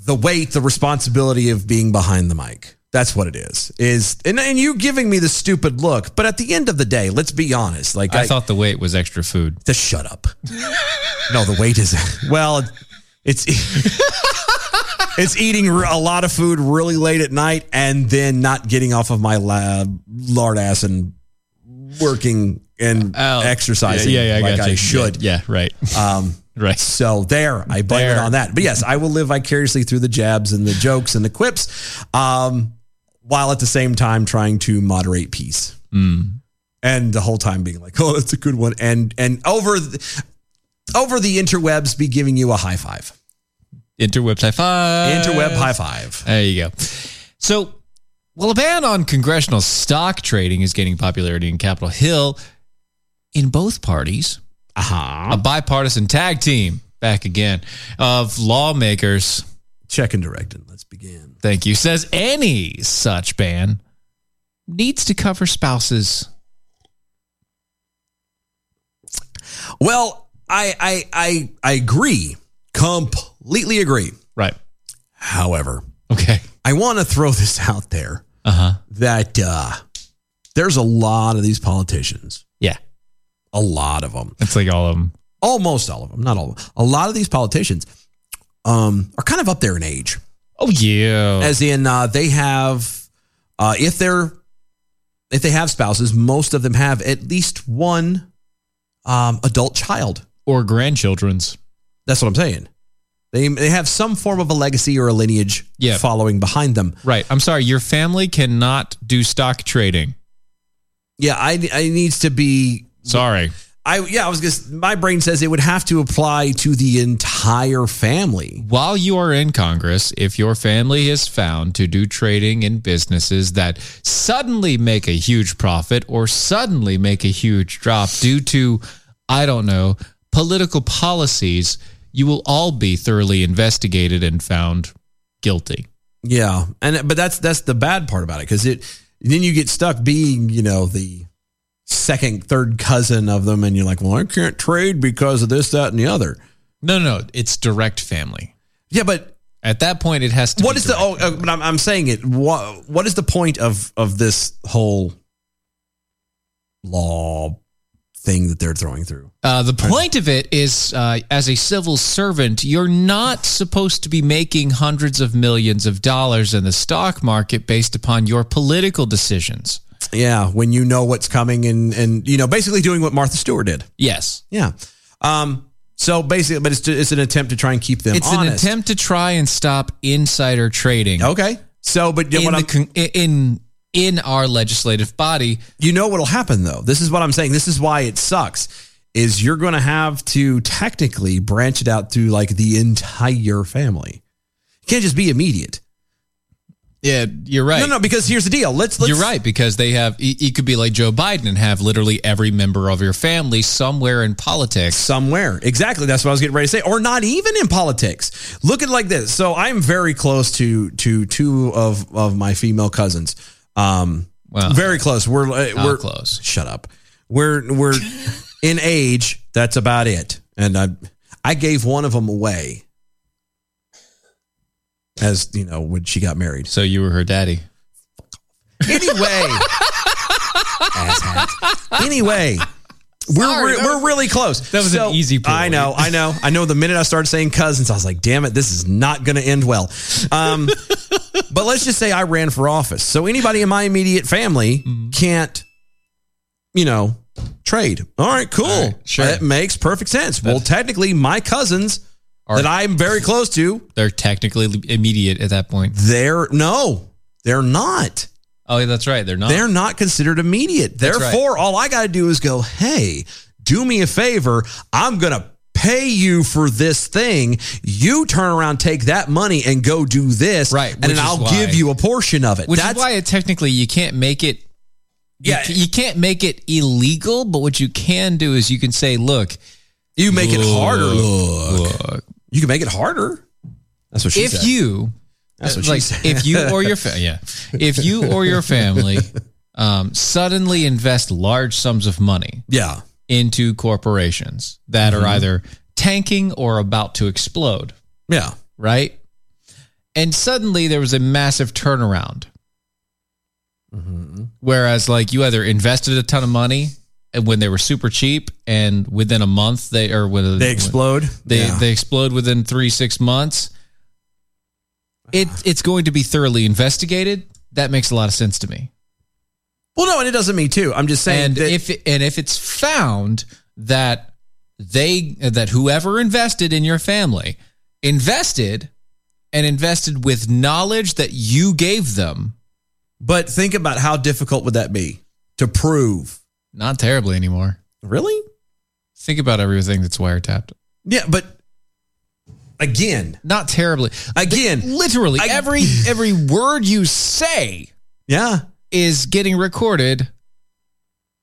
Speaker 2: the weight, the responsibility of being behind the mic. That's what it is. Is and, and you giving me the stupid look, but at the end of the day, let's be honest. Like
Speaker 3: I thought the weight was extra food.
Speaker 2: Just shut up. no, the weight is well, it's it's eating r- a lot of food really late at night and then not getting off of my lab lard ass and working and Oh. exercising
Speaker 3: Oh, Yeah, yeah, I
Speaker 2: like
Speaker 3: gotcha.
Speaker 2: I should.
Speaker 3: Yeah, right.
Speaker 2: Um,
Speaker 3: right.
Speaker 2: So there, I blame it
Speaker 3: There.
Speaker 2: on that. But yes, I will live vicariously through the jabs and the jokes and the quips, um, while at the same time trying to moderate peace. And the whole time being like, "Oh, that's a good one," and and over the, over the interwebs, be giving you a high five.
Speaker 3: Interweb high five.
Speaker 2: Interweb high five.
Speaker 3: There you go. So, well, a ban on congressional stock trading is gaining popularity in Capitol Hill in both parties.
Speaker 2: Uh-huh.
Speaker 3: A bipartisan tag team back again of lawmakers.
Speaker 2: Checking directing. Let's begin.
Speaker 3: Thank you. Says any such ban needs to cover spouses.
Speaker 2: Well, I I I I agree. Completely agree.
Speaker 3: Right.
Speaker 2: However,
Speaker 3: okay.
Speaker 2: I want to throw this out there
Speaker 3: Uh huh.
Speaker 2: that uh there's a lot of these politicians.
Speaker 3: Yeah.
Speaker 2: A lot of them.
Speaker 3: It's like all of them.
Speaker 2: Almost all of them, not all of them. A lot of these politicians um are kind of up there in age.
Speaker 3: Oh yeah.
Speaker 2: As in uh they have uh if they're if they have spouses, most of them have at least one um adult child.
Speaker 3: or grandchildren's.
Speaker 2: That's what I'm saying. They they have some form of a legacy or a lineage
Speaker 3: Yeah.
Speaker 2: following behind them.
Speaker 3: Right. I'm sorry. Your family cannot do stock trading.
Speaker 2: Yeah, I I needs to be
Speaker 3: Sorry.
Speaker 2: I yeah, I was just my brain says it would have to apply to the entire family.
Speaker 3: While you are in Congress, if your family is found to do trading in businesses that suddenly make a huge profit or suddenly make a huge drop due to, I don't know, political policies, you will all be thoroughly investigated and found guilty.
Speaker 2: Yeah. And but that's that's the bad part about it cuz it then you get stuck being, you know, the second third cousin of them and you're like, "Well, I can't trade because of this that and the other."
Speaker 3: No, no, it's direct family.
Speaker 2: Yeah, but
Speaker 3: at that point, it has to.
Speaker 2: What
Speaker 3: be
Speaker 2: is the? Oh, uh, but I'm, I'm saying it. What What is the point of of this whole law thing that they're throwing through.
Speaker 3: Uh, the point of it is, uh, as a civil servant, you're not supposed to be making hundreds of millions of dollars in the stock market based upon your political decisions.
Speaker 2: Yeah, when you know what's coming and and you know basically doing what Martha Stewart did.
Speaker 3: Yes.
Speaker 2: Yeah. Um. So basically, but it's it's an attempt to try and keep them.
Speaker 3: It's
Speaker 2: honest.
Speaker 3: an attempt to try and stop insider trading.
Speaker 2: Okay. So, but
Speaker 3: in,
Speaker 2: what
Speaker 3: the
Speaker 2: I'm-
Speaker 3: con- i- in in our legislative body,
Speaker 2: You know what'll happen though. This is what I'm saying. This is why it sucks. Is you're going to have to technically branch it out to like the entire family. It can't just be immediate.
Speaker 3: Yeah, you're right.
Speaker 2: No, no, because here's the deal. Let's, let's
Speaker 3: You're right because they have. y- You could be like Joe Biden and have literally every member of your family somewhere in politics.
Speaker 2: Somewhere, exactly. That's what I was getting ready to say. Or not even in politics. Look at it like this. So I'm very close to to two of of my female cousins. Um, very close. We're uh,
Speaker 3: How
Speaker 2: we're
Speaker 3: close?
Speaker 2: Shut up. We're we're in age. That's about it. And I I gave one of them away. As you know, when she got married.
Speaker 3: So you were her daddy.
Speaker 2: Anyway. Asshat. Anyway. We're,
Speaker 3: Sorry,
Speaker 2: we're,
Speaker 3: that
Speaker 2: we're
Speaker 3: was-
Speaker 2: really close.
Speaker 3: that was an easy
Speaker 2: I know, I know, I know. The minute I started saying cousins, I was like, "Damn it, this is not going to end well." Um, but let's just say I ran for office, so anybody in my immediate family
Speaker 3: Mm-hmm.
Speaker 2: can't, you know, trade. All right, cool. sure, that makes perfect sense. well, technically, my cousins that I'm very close to,
Speaker 3: they're technically immediate at that point.
Speaker 2: They're no, they're not.
Speaker 3: Oh, yeah, that's right. They're not.
Speaker 2: They're not considered immediate.
Speaker 3: That's right.
Speaker 2: Therefore, all I got to do is go, hey, do me a favor. I'm going to pay you for this thing. You turn around, take that money, and go do this. Right. And
Speaker 3: which
Speaker 2: then
Speaker 3: is
Speaker 2: I'll
Speaker 3: why-
Speaker 2: give you a portion of it.
Speaker 3: Which
Speaker 2: That's
Speaker 3: is why it technically you can't make it. Yeah, you, can't make it illegal. But what you can do is you can say, "Look,
Speaker 2: you make it harder.
Speaker 3: Look,
Speaker 2: you can make it harder. That's what she
Speaker 3: if
Speaker 2: said.
Speaker 3: you,
Speaker 2: That's what she
Speaker 3: like,
Speaker 2: said.
Speaker 3: if you or your fa- yeah, if you or your family um, suddenly invest large sums of money,
Speaker 2: yeah,
Speaker 3: into corporations that are
Speaker 2: Mhm.
Speaker 3: either tanking or about to explode,
Speaker 2: yeah,
Speaker 3: right? And suddenly there was a massive turnaround.
Speaker 2: Mm-hmm.
Speaker 3: Whereas, like, you either invested a ton of money and when they were super cheap, and within a month they or with
Speaker 2: They explode?
Speaker 3: They
Speaker 2: Yeah.
Speaker 3: they explode within three six months. It
Speaker 2: Ah.
Speaker 3: it's going to be thoroughly investigated. That makes a lot of sense to me.
Speaker 2: Well, no, and it doesn't mean too. I'm just saying.
Speaker 3: And if and if it's found that they that whoever invested in your family invested and invested with knowledge that you gave them,
Speaker 2: but think about how difficult would that be to prove?
Speaker 3: Not terribly anymore.
Speaker 2: Really?
Speaker 3: Think about everything that's wiretapped.
Speaker 2: Yeah, but again,
Speaker 3: not terribly.
Speaker 2: Again,
Speaker 3: literally every every word you say,
Speaker 2: yeah,
Speaker 3: is getting recorded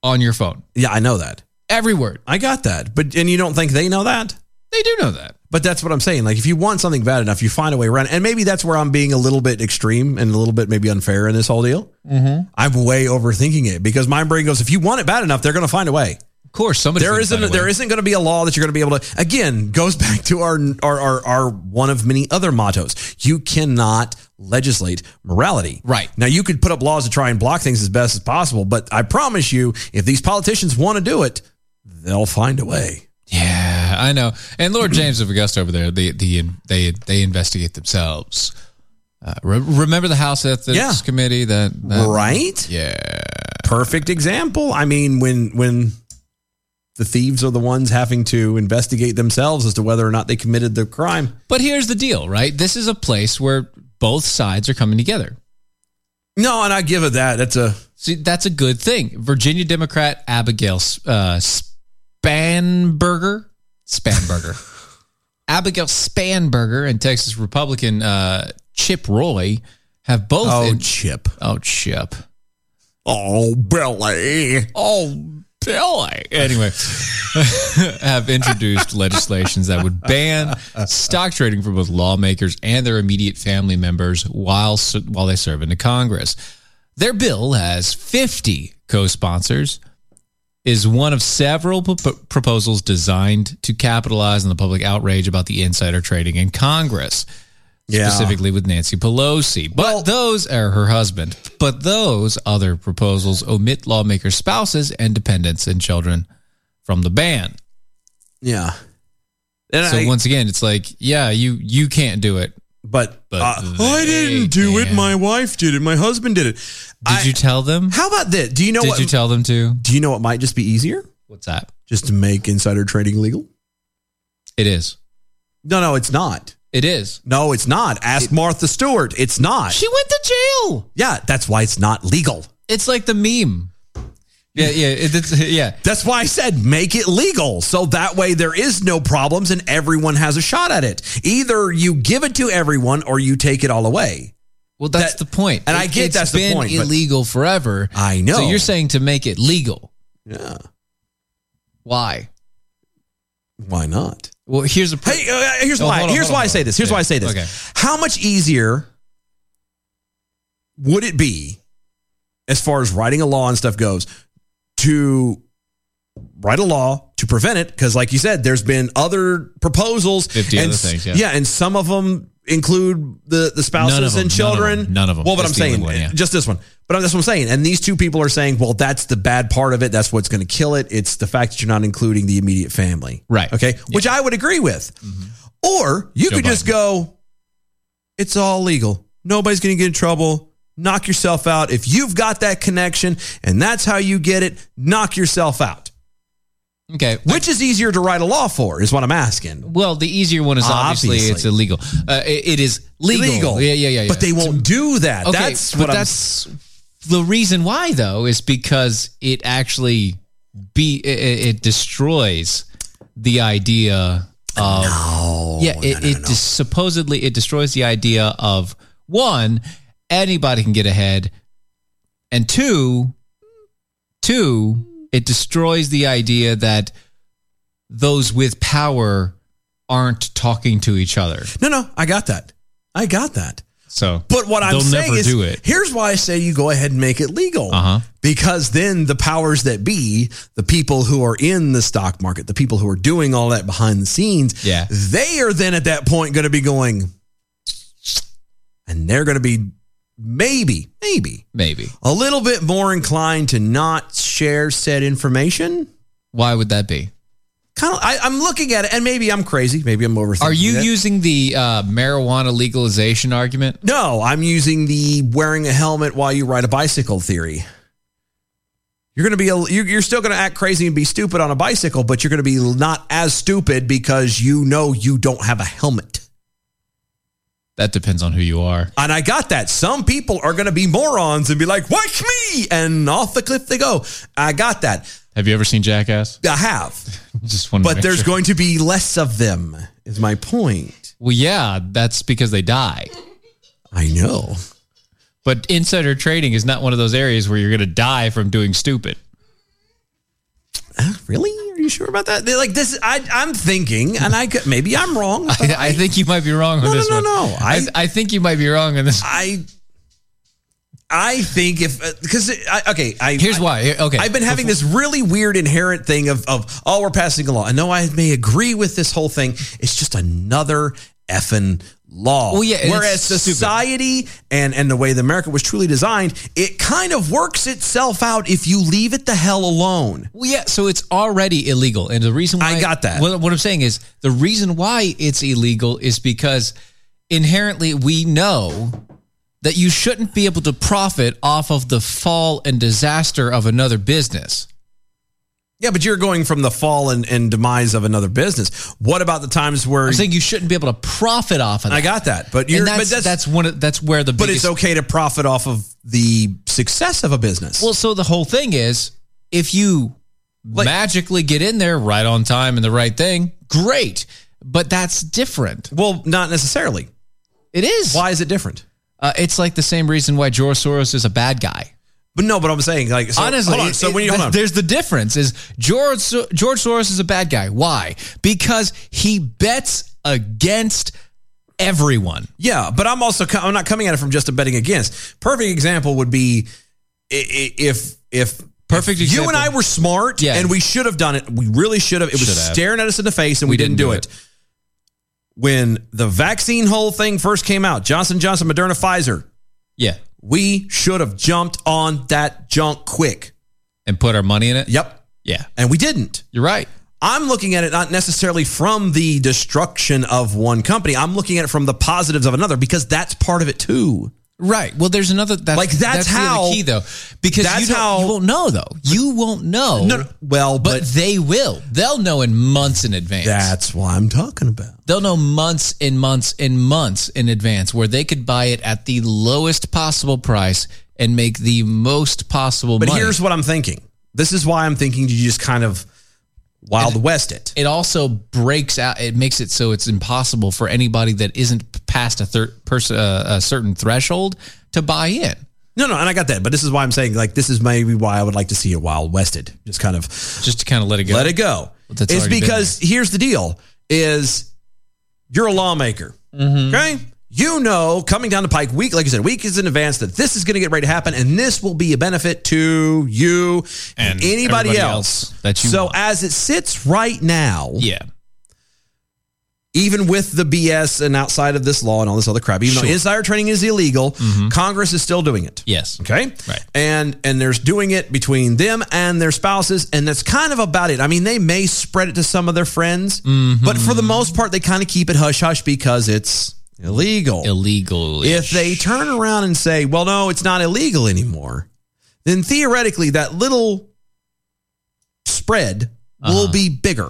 Speaker 3: on your phone.
Speaker 2: Yeah, I know that.
Speaker 3: Every word.
Speaker 2: I got that. But and you don't think they know that?
Speaker 3: They do know that.
Speaker 2: But that's what I'm saying. Like if you want something bad enough, you find a way around. it. And maybe that's where I'm being a little bit extreme and a little bit maybe unfair in this whole deal.
Speaker 3: Mm-hmm.
Speaker 2: I'm way overthinking it because my brain goes, if you want it bad enough, they're going to find a way.
Speaker 3: Of course, somebody
Speaker 2: there isn't there isn't going to be a law that you're going to be able to. Again, goes back to our, our our our one of many other mottos. You cannot legislate morality. Right now, you could put up laws to try and block things as best as possible, but I promise you, if these politicians want to do it, they'll find a way.
Speaker 3: Yeah, I know. And Lord James of Augusta over there, they the they they investigate themselves. Uh, re- remember the House Ethics
Speaker 2: Yeah.
Speaker 3: Committee that, that-
Speaker 2: Right?
Speaker 3: Yeah.
Speaker 2: Perfect example. I mean, when when the thieves are the ones having to investigate themselves as to whether or not they committed the crime.
Speaker 3: But here's the deal, right? This is a place where both sides are coming together.
Speaker 2: No, and I give it that. That's a
Speaker 3: see, that's a good thing. Virginia Democrat Abigail uh, Spanberger, Spanberger, Abigail Spanberger, and Texas Republican uh, Chip Roy have both.
Speaker 2: Oh, Chip.
Speaker 3: Oh, Chip.
Speaker 2: Oh, Billy.
Speaker 3: Oh, Billy. Anyway, have introduced legislations that would ban stock trading for both lawmakers and their immediate family members while while they serve into Congress. Their bill has 50 co-sponsors. Is one of several pro- proposals designed to capitalize on the public outrage about the insider trading in Congress,
Speaker 2: Yeah.
Speaker 3: specifically with Nancy Pelosi. But those are her husband. But those other proposals omit lawmakers' spouses and dependents and children from the ban.
Speaker 2: Yeah.
Speaker 3: so
Speaker 2: I-
Speaker 3: once again, it's like, yeah, you you can't do it,
Speaker 2: but
Speaker 3: but
Speaker 2: Uh, I didn't do it. My wife did it. My husband did it. Did
Speaker 3: you tell them?
Speaker 2: How about this? Do you know?
Speaker 3: Did
Speaker 2: what,
Speaker 3: you tell them to?
Speaker 2: Do you know what might just be easier?
Speaker 3: What's that?
Speaker 2: Just to make insider trading legal.
Speaker 3: It is.
Speaker 2: No, no, it's not.
Speaker 3: It is.
Speaker 2: No, it's not. Ask Martha Stewart. It's not.
Speaker 3: She went to jail.
Speaker 2: yeah, that's why it's not legal.
Speaker 3: It's like the meme. Yeah, yeah, it, it's, yeah.
Speaker 2: That's why I said make it legal. So that way there is no problems and everyone has a shot at it. Either you give it to everyone or you take it all away.
Speaker 3: Well, that's
Speaker 2: That-
Speaker 3: the point.
Speaker 2: and I get
Speaker 3: it's
Speaker 2: that's the
Speaker 3: been
Speaker 2: point, but-
Speaker 3: Illegal forever.
Speaker 2: I know.
Speaker 3: So you're saying to make it legal?
Speaker 2: Yeah.
Speaker 3: Why?
Speaker 2: Why not?
Speaker 3: Well, here's a.
Speaker 2: Hey, uh, here's
Speaker 3: Oh,
Speaker 2: why.
Speaker 3: hold on,
Speaker 2: here's
Speaker 3: hold
Speaker 2: why
Speaker 3: on,
Speaker 2: I
Speaker 3: hold
Speaker 2: say
Speaker 3: on.
Speaker 2: this. Here's
Speaker 3: Yeah.
Speaker 2: why I say this.
Speaker 3: Okay.
Speaker 2: How much easier would it be, as far as writing a law and stuff goes, to write a law to prevent it? Because, like you said, there's been other proposals,
Speaker 3: 50
Speaker 2: and
Speaker 3: other
Speaker 2: s-
Speaker 3: things, yeah.
Speaker 2: and some of them include the the
Speaker 3: None
Speaker 2: spouses
Speaker 3: of them, none
Speaker 2: and
Speaker 3: of them,
Speaker 2: children.
Speaker 3: none of them.
Speaker 2: Well, but
Speaker 3: That's
Speaker 2: I'm
Speaker 3: the only
Speaker 2: saying
Speaker 3: one, yeah.
Speaker 2: just this one. But that's what I'm saying. And these two people are saying, well, that's the bad part of it. That's what's going to kill it. It's the fact that you're not including the immediate family.
Speaker 3: Right. Mm-hmm.
Speaker 2: Okay. Which I would agree with. Or you
Speaker 3: Joe
Speaker 2: could just
Speaker 3: Biden.
Speaker 2: go, it's all legal. Nobody's going to get in trouble. Knock yourself out. If you've got that connection and that's how you get it, knock yourself out.
Speaker 3: Okay.
Speaker 2: Which is easier to write a law for, is what I'm asking.
Speaker 3: Well, the easier one is obviously,
Speaker 2: Obviously.
Speaker 3: it's illegal. Uh, it, it is legal.
Speaker 2: Legal.
Speaker 3: Yeah, yeah, yeah. yeah.
Speaker 2: But they won't do that.
Speaker 3: Okay,
Speaker 2: that's
Speaker 3: but
Speaker 2: what I'm
Speaker 3: that's the reason why though is because it actually be it- it, it destroys the idea of yeah it, it dis- supposedly it destroys the idea of one anybody can get ahead and two two it destroys the idea that those with power aren't talking to each other
Speaker 2: No, no, I got that. I got that.
Speaker 3: so
Speaker 2: But what I'm
Speaker 3: they'll
Speaker 2: saying
Speaker 3: never
Speaker 2: is,
Speaker 3: do it
Speaker 2: here's why I say you go ahead and make it legal.
Speaker 3: uh-huh
Speaker 2: Because then the powers that be, the people who are in the stock market, the people who are doing all that behind the scenes,
Speaker 3: yeah
Speaker 2: they are then at that point going to be going, and they're going to be maybe, maybe
Speaker 3: maybe
Speaker 2: a little bit more inclined to not share said information.
Speaker 3: Why would that be?
Speaker 2: Kind of, I, I'm looking at it, and maybe I'm crazy. Maybe I'm overthinking.
Speaker 3: Are you
Speaker 2: it.
Speaker 3: using the uh, marijuana legalization argument?
Speaker 2: No, I'm using the wearing a helmet while you ride a bicycle theory. You're going to be a, you- you're still going to act crazy and be stupid on a bicycle, but you're going to be not as stupid because you know you don't have a helmet.
Speaker 3: That depends on who you are.
Speaker 2: And I got that. Some people are going to be morons and be like, "Watch me!" and off the cliff they go. I got that.
Speaker 3: Have you ever seen Jackass?
Speaker 2: I have,
Speaker 3: Just one.
Speaker 2: but there's going to be less of them. Is my point.
Speaker 3: Well, yeah, that's because they die.
Speaker 2: I know.
Speaker 3: But insider trading is not one of those areas where you're going to die from doing stupid.
Speaker 2: Really? Are you sure about that? They're like this. I, I'm thinking, and I could maybe I'm wrong.
Speaker 3: I, I think you might be wrong on
Speaker 2: No, no,
Speaker 3: this
Speaker 2: no,
Speaker 3: one.
Speaker 2: no.
Speaker 3: I, I, think you might be wrong on this.
Speaker 2: I I think if because I okay I
Speaker 3: Here's why. Here- Okay,
Speaker 2: I've been having this really weird inherent thing of of oh we're passing a law. I know I may agree with this whole thing. It's just another effing law.
Speaker 3: Well, yeah, and
Speaker 2: Whereas
Speaker 3: it's stupid.
Speaker 2: society and and the way that America was truly designed, it kind of works itself out if you leave it the hell alone.
Speaker 3: Well, yeah, so it's already illegal. And the reason
Speaker 2: I
Speaker 3: why
Speaker 2: got that.
Speaker 3: What, what I'm saying is the reason why it's illegal is because inherently we know that you shouldn't be able to profit off of the fall and disaster of another business.
Speaker 2: Yeah, but you're going from the fall and, and demise of another business. What about the times where
Speaker 3: I'm saying you shouldn't be able to profit off of that.
Speaker 2: I got that, but you're
Speaker 3: and that's,
Speaker 2: but
Speaker 3: that's one of, that's where the
Speaker 2: but
Speaker 3: biggest,
Speaker 2: it's okay to profit off of the success of a business.
Speaker 3: Well, so the whole thing is if you magically get in there right on time and the right thing, great. But that's different.
Speaker 2: well, not necessarily.
Speaker 3: It is.
Speaker 2: Why is it different?
Speaker 3: Uh, it's like the same reason why George Soros is a bad guy.
Speaker 2: But no, but I'm saying like so,
Speaker 3: Honestly,
Speaker 2: Hold on, so
Speaker 3: it-
Speaker 2: when you
Speaker 3: it-
Speaker 2: hold on,
Speaker 3: there's the difference is George So- George Soros is a bad guy. Why? Because he bets against everyone.
Speaker 2: yeah, but I'm also co- I'm not coming at it from just a betting against. Perfect example would be i- i- if if.
Speaker 3: Perfect
Speaker 2: if You
Speaker 3: example.
Speaker 2: and I were smart,
Speaker 3: Yeah.
Speaker 2: and we should have done it. We really should have. It was
Speaker 3: Should have.
Speaker 2: staring at us in the face, and we, didn't, do it. When the vaccine whole thing first came out, Johnson Johnson, Moderna, Pfizer,
Speaker 3: Yeah,
Speaker 2: we should have jumped on that junk quick.
Speaker 3: and put our money in it.
Speaker 2: Yep.
Speaker 3: Yeah.
Speaker 2: And we didn't.
Speaker 3: You're right.
Speaker 2: I'm looking at it not necessarily from the destruction of one company. I'm looking at it from the positives of another because that's part of it too.
Speaker 3: Right. Well, there's another that's,
Speaker 2: like
Speaker 3: that's
Speaker 2: that's,
Speaker 3: the other
Speaker 2: how
Speaker 3: key, though, because you
Speaker 2: that's
Speaker 3: don't-
Speaker 2: how
Speaker 3: you won't know though. You won't know.
Speaker 2: No, no, well,
Speaker 3: Oh. but, they will. They'll know in months in advance.
Speaker 2: That's what I'm talking about.
Speaker 3: They'll know months and months and months in advance where they could buy it at the lowest possible price and make the most possible
Speaker 2: But
Speaker 3: money.
Speaker 2: here's what I'm thinking. This is why I'm thinking you just kind of Wild West it.
Speaker 3: It also breaks out. It makes it so it's impossible for anybody that isn't past a third person uh, a certain threshold to buy in.
Speaker 2: No, no, and I got that, but this is why I'm saying like this is maybe why I would like to see it wild wested, just kind of,
Speaker 3: just to kind of let it go.
Speaker 2: let it go.
Speaker 3: But that's
Speaker 2: it's
Speaker 3: already been
Speaker 2: because here's the deal: is you're a lawmaker,
Speaker 3: Mm-hmm.
Speaker 2: okay? You know, coming down the pike, week like I said, week is in advance that this is going to get ready to happen, and this will be a benefit to you and,
Speaker 3: And
Speaker 2: anybody
Speaker 3: everybody
Speaker 2: else.
Speaker 3: else that you
Speaker 2: so
Speaker 3: want.
Speaker 2: as it sits right now,
Speaker 3: Yeah.
Speaker 2: even with the BS and outside of this law and all this other crap, even though
Speaker 3: Sure. Mm-hmm.
Speaker 2: insider trading is illegal, Congress is still doing it.
Speaker 3: Yes.
Speaker 2: Okay. Right. And and there's doing it between them and their spouses, and that's kind of about it. I mean, they may spread it to some of their friends,
Speaker 3: Mm-hmm.
Speaker 2: but for the most part, they kind of keep it hush hush because it's illegal.
Speaker 3: Illegal.
Speaker 2: If they turn around and say, "Well, no, it's not illegal anymore," then theoretically that little spread will be bigger.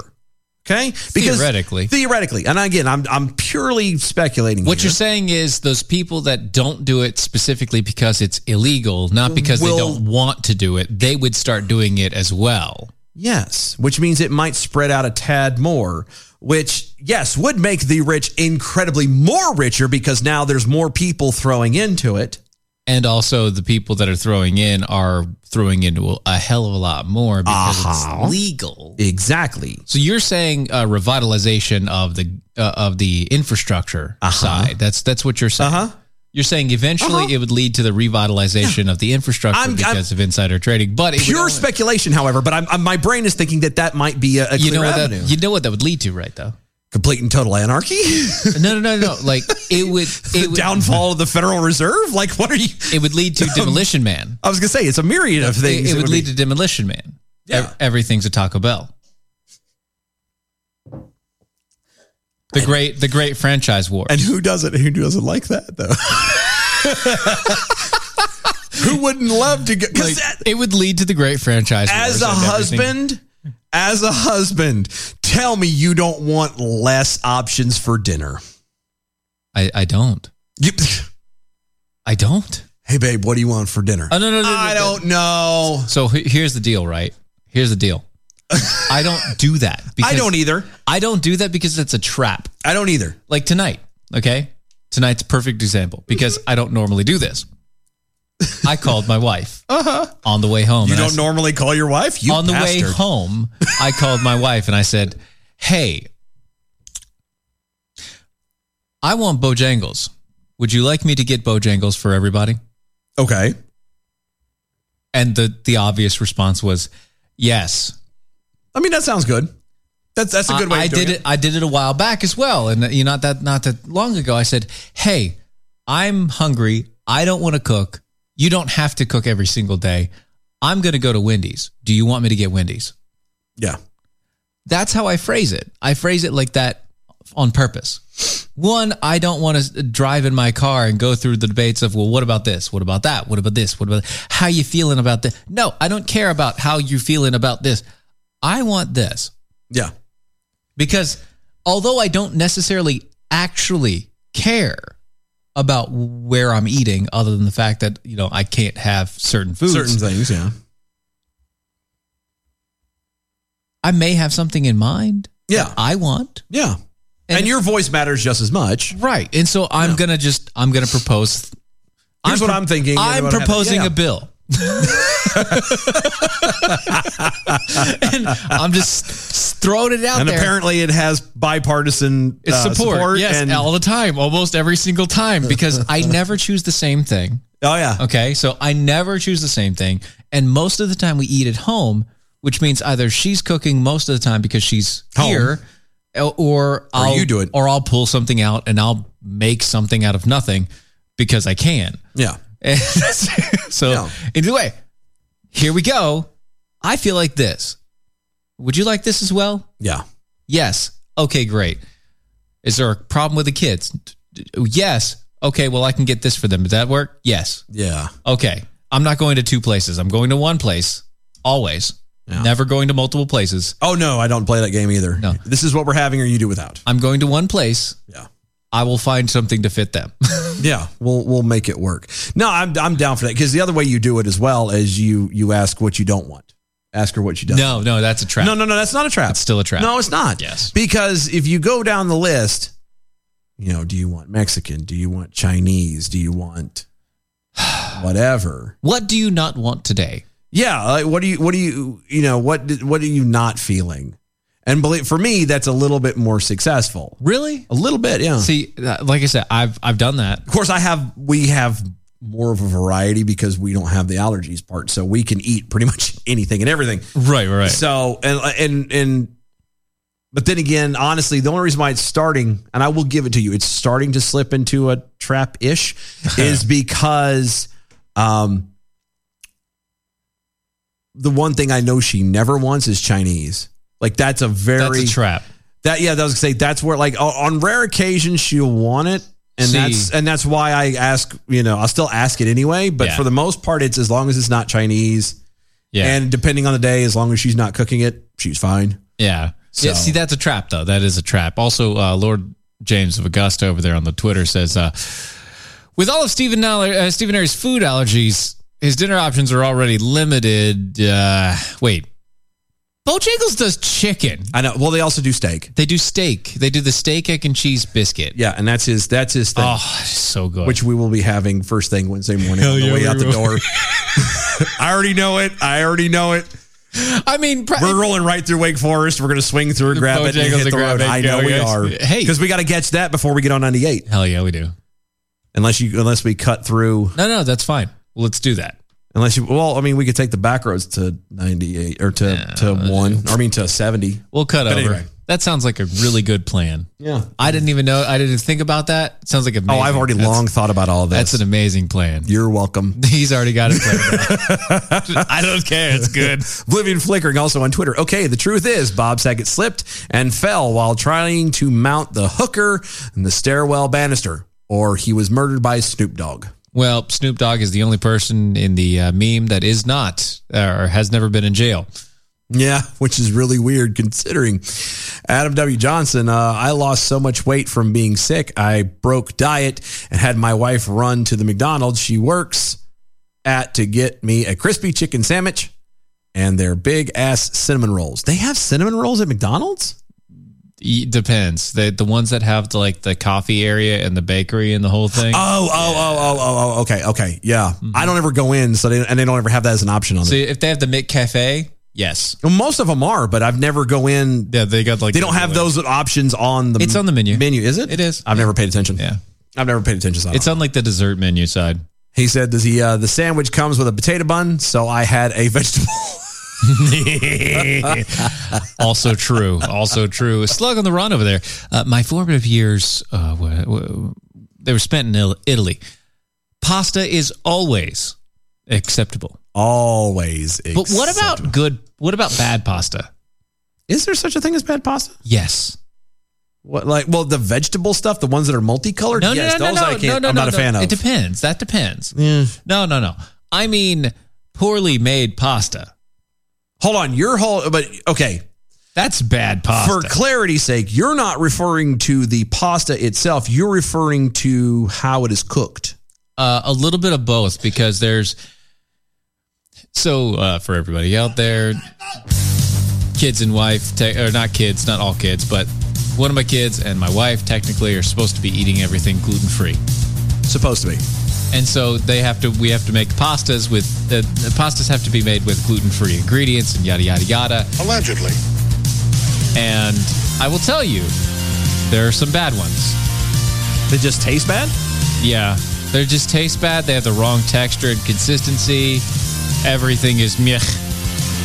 Speaker 2: Okay?
Speaker 3: Uh-huh. Theoretically.
Speaker 2: Theoretically. And again, I'm I'm purely speculating.
Speaker 3: What
Speaker 2: here.
Speaker 3: you're saying is those people that don't do it specifically because it's illegal, not because
Speaker 2: Will-
Speaker 3: they don't want to do it, they would start doing it as well.
Speaker 2: Yes, which means it might spread out a tad more, which yes, would make the rich incredibly more richer because now there's more people throwing into it.
Speaker 3: And also, the people that are throwing in are throwing into a hell of a lot more because
Speaker 2: Uh-huh.
Speaker 3: it's legal.
Speaker 2: Exactly.
Speaker 3: So you're saying uh, revitalization of the uh, of the infrastructure side. That's that's what you're saying.
Speaker 2: Uh-huh.
Speaker 3: You're saying eventually it would lead to the revitalization of the infrastructure
Speaker 2: I'm- I'm-
Speaker 3: because of insider trading. But it would
Speaker 2: Pure
Speaker 3: only-
Speaker 2: speculation, however, but I'm, I'm, my brain is thinking that that might be a, a
Speaker 3: you
Speaker 2: clear
Speaker 3: know what that,
Speaker 2: avenue.
Speaker 3: you know what that would lead to, right? Though.
Speaker 2: Complete and total anarchy?
Speaker 3: No, no, no, no. Like it would, it would
Speaker 2: Downfall of the Federal Reserve? Like, what are you?
Speaker 3: It would lead to Demolition Man.
Speaker 2: I was going to say, it's a myriad of
Speaker 3: It,
Speaker 2: things.
Speaker 3: it would lead
Speaker 2: be-
Speaker 3: to Demolition Man. Yeah. Everything's a Taco Bell. The great, the great franchise war.
Speaker 2: And who doesn't? Who doesn't like that though? who wouldn't love to go? Because
Speaker 3: it would lead to the great franchise war.
Speaker 2: as a husband, as a husband, tell me you don't want less options for dinner.
Speaker 3: I, I don't.
Speaker 2: You,
Speaker 3: I don't.
Speaker 2: hey babe, what do you want for dinner?
Speaker 3: Oh, no, no, no, no,
Speaker 2: I
Speaker 3: no.
Speaker 2: don't know.
Speaker 3: So he- here's the deal, right? Here's the deal. I don't do that.
Speaker 2: I don't e- either.
Speaker 3: I don't do that because it's a trap.
Speaker 2: I don't either.
Speaker 3: Like tonight, okay? Tonight's a perfect example because I don't normally do this. I called my wife on the way home.
Speaker 2: Uh-huh. You
Speaker 3: and I
Speaker 2: don't
Speaker 3: said-
Speaker 2: normally call your wife. You
Speaker 3: on the way
Speaker 2: bastard.
Speaker 3: home, I called my wife and I said, "Hey, I want Bojangles. Would you like me to get Bojangles for everybody?"
Speaker 2: Okay.
Speaker 3: And the the obvious response was, "Yes."
Speaker 2: I mean, that sounds good. That's that's a good way.
Speaker 3: I,
Speaker 2: of
Speaker 3: I
Speaker 2: doing
Speaker 3: did it. I did it a while back as well, and you know, not that not that long ago. I said, "Hey, I'm hungry. I don't want to cook. You don't have to cook every single day. I'm going to go to Wendy's. Do you want me to get Wendy's?"
Speaker 2: Yeah.
Speaker 3: That's how I phrase it. I phrase it like that on purpose. One, I don't want to drive in my car and go through the debates of, well, what about this? What about that? What about this? What about how you feeling about this? No, I don't care about how you feeling about this. I want this
Speaker 2: Yeah.
Speaker 3: because although I don't necessarily actually care about where I'm eating, other than the fact that, you know, I can't have certain foods,
Speaker 2: Certain things. Yeah.
Speaker 3: I may have something in mind
Speaker 2: Yeah.
Speaker 3: I want.
Speaker 2: Yeah. And, your voice matters just as much.
Speaker 3: Right. And so I'm
Speaker 2: Yeah.
Speaker 3: gonna just I'm gonna propose.
Speaker 2: Here's what I'm thinking.
Speaker 3: I'm
Speaker 2: Everyone have-
Speaker 3: proposing
Speaker 2: yeah.
Speaker 3: a bill. and I'm just throwing it out
Speaker 2: and
Speaker 3: there.
Speaker 2: apparently it has bipartisan
Speaker 3: it's
Speaker 2: uh,
Speaker 3: support, yes,
Speaker 2: and-
Speaker 3: all the time, almost every single time, because I never choose the same thing.
Speaker 2: oh yeah,
Speaker 3: Okay, so I never choose the same thing, and most of the time we eat at home, which means either she's cooking most of the time because she's
Speaker 2: Home.
Speaker 3: here, or, or I'll
Speaker 2: you do it.
Speaker 3: or I'll pull something out and I'll make something out of nothing because I can.
Speaker 2: yeah.
Speaker 3: And so
Speaker 2: Yeah.
Speaker 3: either way, here we go. I feel like this. Would you like this as well?
Speaker 2: Yeah.
Speaker 3: Yes. Okay, great. Is there a problem with the kids? D- d- Yes. Okay, well, I can get this for them. Does that work? Yes.
Speaker 2: Yeah.
Speaker 3: Okay. I'm not going to two places. I'm going to one place always. Never going to multiple places.
Speaker 2: Oh, no, I don't play that game either.
Speaker 3: No.
Speaker 2: This is what we're having or you do without.
Speaker 3: I'm going to one place.
Speaker 2: Yeah.
Speaker 3: I will find something to fit them.
Speaker 2: yeah, we'll we'll make it work. No, I'm I'm down for that because the other way you do it as well is you you ask what you don't want. Ask her what she doesn't.
Speaker 3: no, no, that's a trap.
Speaker 2: No, no, no, that's not a trap.
Speaker 3: It's still a trap.
Speaker 2: No, it's not.
Speaker 3: Yes.
Speaker 2: Because if you go down the list, you know, do you want Mexican? Do you want Chinese? Do you want whatever?
Speaker 3: What do you not want today?
Speaker 2: Yeah, like what do you what do you you know, what did- what are you not feeling? And believe for me that's a little bit more successful.
Speaker 3: Really?
Speaker 2: A little bit, yeah.
Speaker 3: See, uh, like I said, I've I've done that.
Speaker 2: Of course, I have. We have more of a variety because we don't have the allergies part, so we can eat pretty much anything and everything.
Speaker 3: Right, right.
Speaker 2: So and and and, but then again, honestly, the only reason why it's starting, and I will give it to you, it's starting to slip into a trap ish, is because, um, the one thing I know she never wants is Chinese. Like that's a very
Speaker 3: that's a trap.
Speaker 2: that yeah, that was gonna say that's where like o- on rare occasions she'll want it, and
Speaker 3: See.
Speaker 2: that's and that's why I ask. You know, I'll still ask it anyway. But
Speaker 3: Yeah.
Speaker 2: for the most part, it's as long as it's not Chinese,
Speaker 3: Yeah.
Speaker 2: and depending on the day, as long as she's not cooking it, she's fine.
Speaker 3: Yeah. Yeah,
Speaker 2: So-
Speaker 3: see, that's a trap, though. That is a trap. Also, uh, Lord James of Augusta over there on the Twitter says, uh, with all of Stephen, Aller- uh, Stephen Air's food allergies, his dinner options are already limited. Uh, wait, Bojangles does chicken.
Speaker 2: I know. Well, they also do steak.
Speaker 3: They do steak. They do the steak, egg, and cheese biscuit.
Speaker 2: Yeah, and that's his that's his thing,
Speaker 3: Oh, it's so good.
Speaker 2: which we will be having first thing Wednesday morning
Speaker 3: Hell
Speaker 2: on the
Speaker 3: yeah,
Speaker 2: way
Speaker 3: we
Speaker 2: out the
Speaker 3: will.
Speaker 2: door. I already know it. I already know it.
Speaker 3: I mean, pr-
Speaker 2: We're rolling right through Wake Forest. We're going to swing through, grab it, and
Speaker 3: Bojangles
Speaker 2: hit
Speaker 3: and
Speaker 2: the
Speaker 3: grab
Speaker 2: road.
Speaker 3: it and
Speaker 2: I
Speaker 3: go,
Speaker 2: know we
Speaker 3: guys.
Speaker 2: are.
Speaker 3: Hey.
Speaker 2: because we got to catch that before we get on ninety eight.
Speaker 3: hell yeah, we do.
Speaker 2: Unless you unless we cut through
Speaker 3: No, no, that's fine. Let's do that.
Speaker 2: unless you well, I mean we could take the back roads to ninety eight or to, to one. Or I mean to seventy.
Speaker 3: We'll cut
Speaker 2: But
Speaker 3: over.
Speaker 2: anyway.
Speaker 3: That sounds like a really good plan.
Speaker 2: Yeah.
Speaker 3: I didn't even know. I didn't think about that. It sounds like amazing.
Speaker 2: Oh, I've already
Speaker 3: That's-
Speaker 2: long thought about all of this.
Speaker 3: That's an amazing plan.
Speaker 2: You're welcome.
Speaker 3: He's already got it planned. out. I don't care. It's good.
Speaker 2: Oblivion flickering also on Twitter. Okay, the truth is Bob Saget slipped and fell while trying to mount the hooker in the stairwell banister, or he was murdered by Snoop Dogg.
Speaker 3: Well, Snoop Dogg is the only person in the uh, meme that is not uh, or has never been in jail.
Speaker 2: Yeah, which is really weird considering. Adam W. Johnson, uh, I lost so much weight from being sick. I broke diet and had my wife run to the McDonald's she works at to get me a crispy chicken sandwich and their big ass cinnamon rolls. They have cinnamon rolls at McDonald's?
Speaker 3: E- depends. The the ones that have the, like the coffee area and the bakery and the whole thing.
Speaker 2: Oh, oh, oh, oh, oh, oh, okay, okay, yeah.
Speaker 3: Mm-hmm.
Speaker 2: I don't ever go in, so they, and they don't ever have that as an option on
Speaker 3: so
Speaker 2: there.
Speaker 3: if they have the Mick Cafe, yes.
Speaker 2: Well, most of them are, but I've never go in.
Speaker 3: Yeah, they got like
Speaker 2: They don't have those options on the.
Speaker 3: It's on the menu.
Speaker 2: Menu is it?
Speaker 3: It is.
Speaker 2: I've never paid attention.
Speaker 3: Yeah,
Speaker 2: I've never paid attention. So I don't
Speaker 3: it's on like the dessert menu side.
Speaker 2: He said that the uh, the sandwich comes with a potato bun, so I had a vegetable.
Speaker 3: also true. Also true. A slug on the run over there. Uh, my formative years, uh, were, were- they were spent in Il- Italy. Pasta is always acceptable.
Speaker 2: Always.
Speaker 3: But what about good? What about bad pasta?
Speaker 2: Is there such a thing as bad pasta?
Speaker 3: Yes.
Speaker 2: What like? Well, the vegetable stuff, the ones that are multicolored.
Speaker 3: No,
Speaker 2: yes,
Speaker 3: no, no, no,
Speaker 2: those
Speaker 3: no,
Speaker 2: I can't.
Speaker 3: no, no,
Speaker 2: I'm not
Speaker 3: no,
Speaker 2: a fan
Speaker 3: no. It
Speaker 2: of.
Speaker 3: depends. That depends.
Speaker 2: Yeah.
Speaker 3: No, no, no. I mean, poorly made pasta.
Speaker 2: Hold on, your whole. But okay,
Speaker 3: That's bad pasta.
Speaker 2: for clarity's sake, you're not referring to the pasta itself. You're referring to how it is cooked.
Speaker 3: uh, a little bit of both because there's so uh, for everybody out there kids and wife te- or not kids not all kids but one of my kids and my wife technically are supposed to be eating everything gluten free
Speaker 2: Supposed to be.
Speaker 3: and so they have to we have to make pastas with uh, the pastas have to be made with gluten free ingredients and yada yada yada
Speaker 10: Allegedly.
Speaker 3: and i will tell you there are some bad ones
Speaker 2: They just taste bad.
Speaker 3: Yeah, they just taste bad. They have the wrong texture and consistency. Everything is meh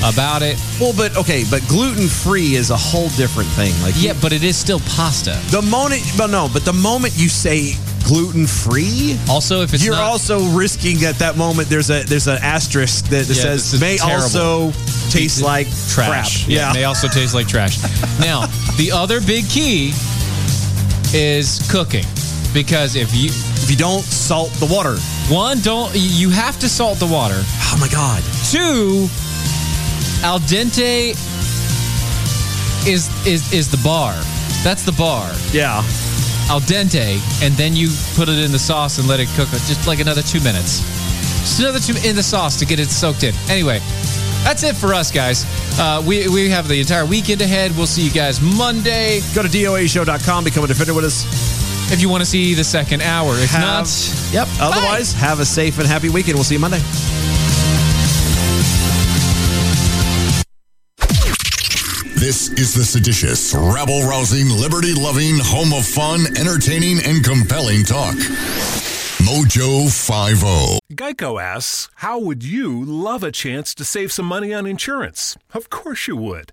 Speaker 3: about it.
Speaker 2: Well, but okay, but gluten free is a whole different thing. Like
Speaker 3: Yeah, but it is still pasta.
Speaker 2: The moment, but no, but the moment you say gluten free.
Speaker 3: Also, if it's
Speaker 2: you're
Speaker 3: not-
Speaker 2: also risking at that moment there's a there's an asterisk that
Speaker 3: Yeah, this
Speaker 2: says
Speaker 3: is
Speaker 2: may
Speaker 3: terrible.
Speaker 2: also taste like
Speaker 3: trash.
Speaker 2: crap. Yeah.
Speaker 3: They also taste like trash. now, the other big key is cooking because if you if
Speaker 2: you don't salt the water,
Speaker 3: one don't you have to salt the water.
Speaker 2: Oh my god.
Speaker 3: Two, al dente is is is the bar. That's the bar.
Speaker 2: Yeah.
Speaker 3: Al dente, and then you put it in the sauce and let it cook just like another two minutes. Just another two in the sauce to get it soaked in. Anyway, that's it for us, guys. Uh, we we have the entire weekend ahead. We'll see you guys Monday.
Speaker 2: Go to doashow.com. Become a defender with us
Speaker 3: if you want to see the second hour. If
Speaker 2: Have-
Speaker 3: not, yep.
Speaker 2: Otherwise, have a safe and happy weekend. We'll see you Monday.
Speaker 12: This is the seditious, rabble rousing, liberty loving, home of fun, entertaining, and compelling talk. Mojo oh. 50.
Speaker 8: Geico asks, How would you love a chance to save some money on insurance? Of course you would.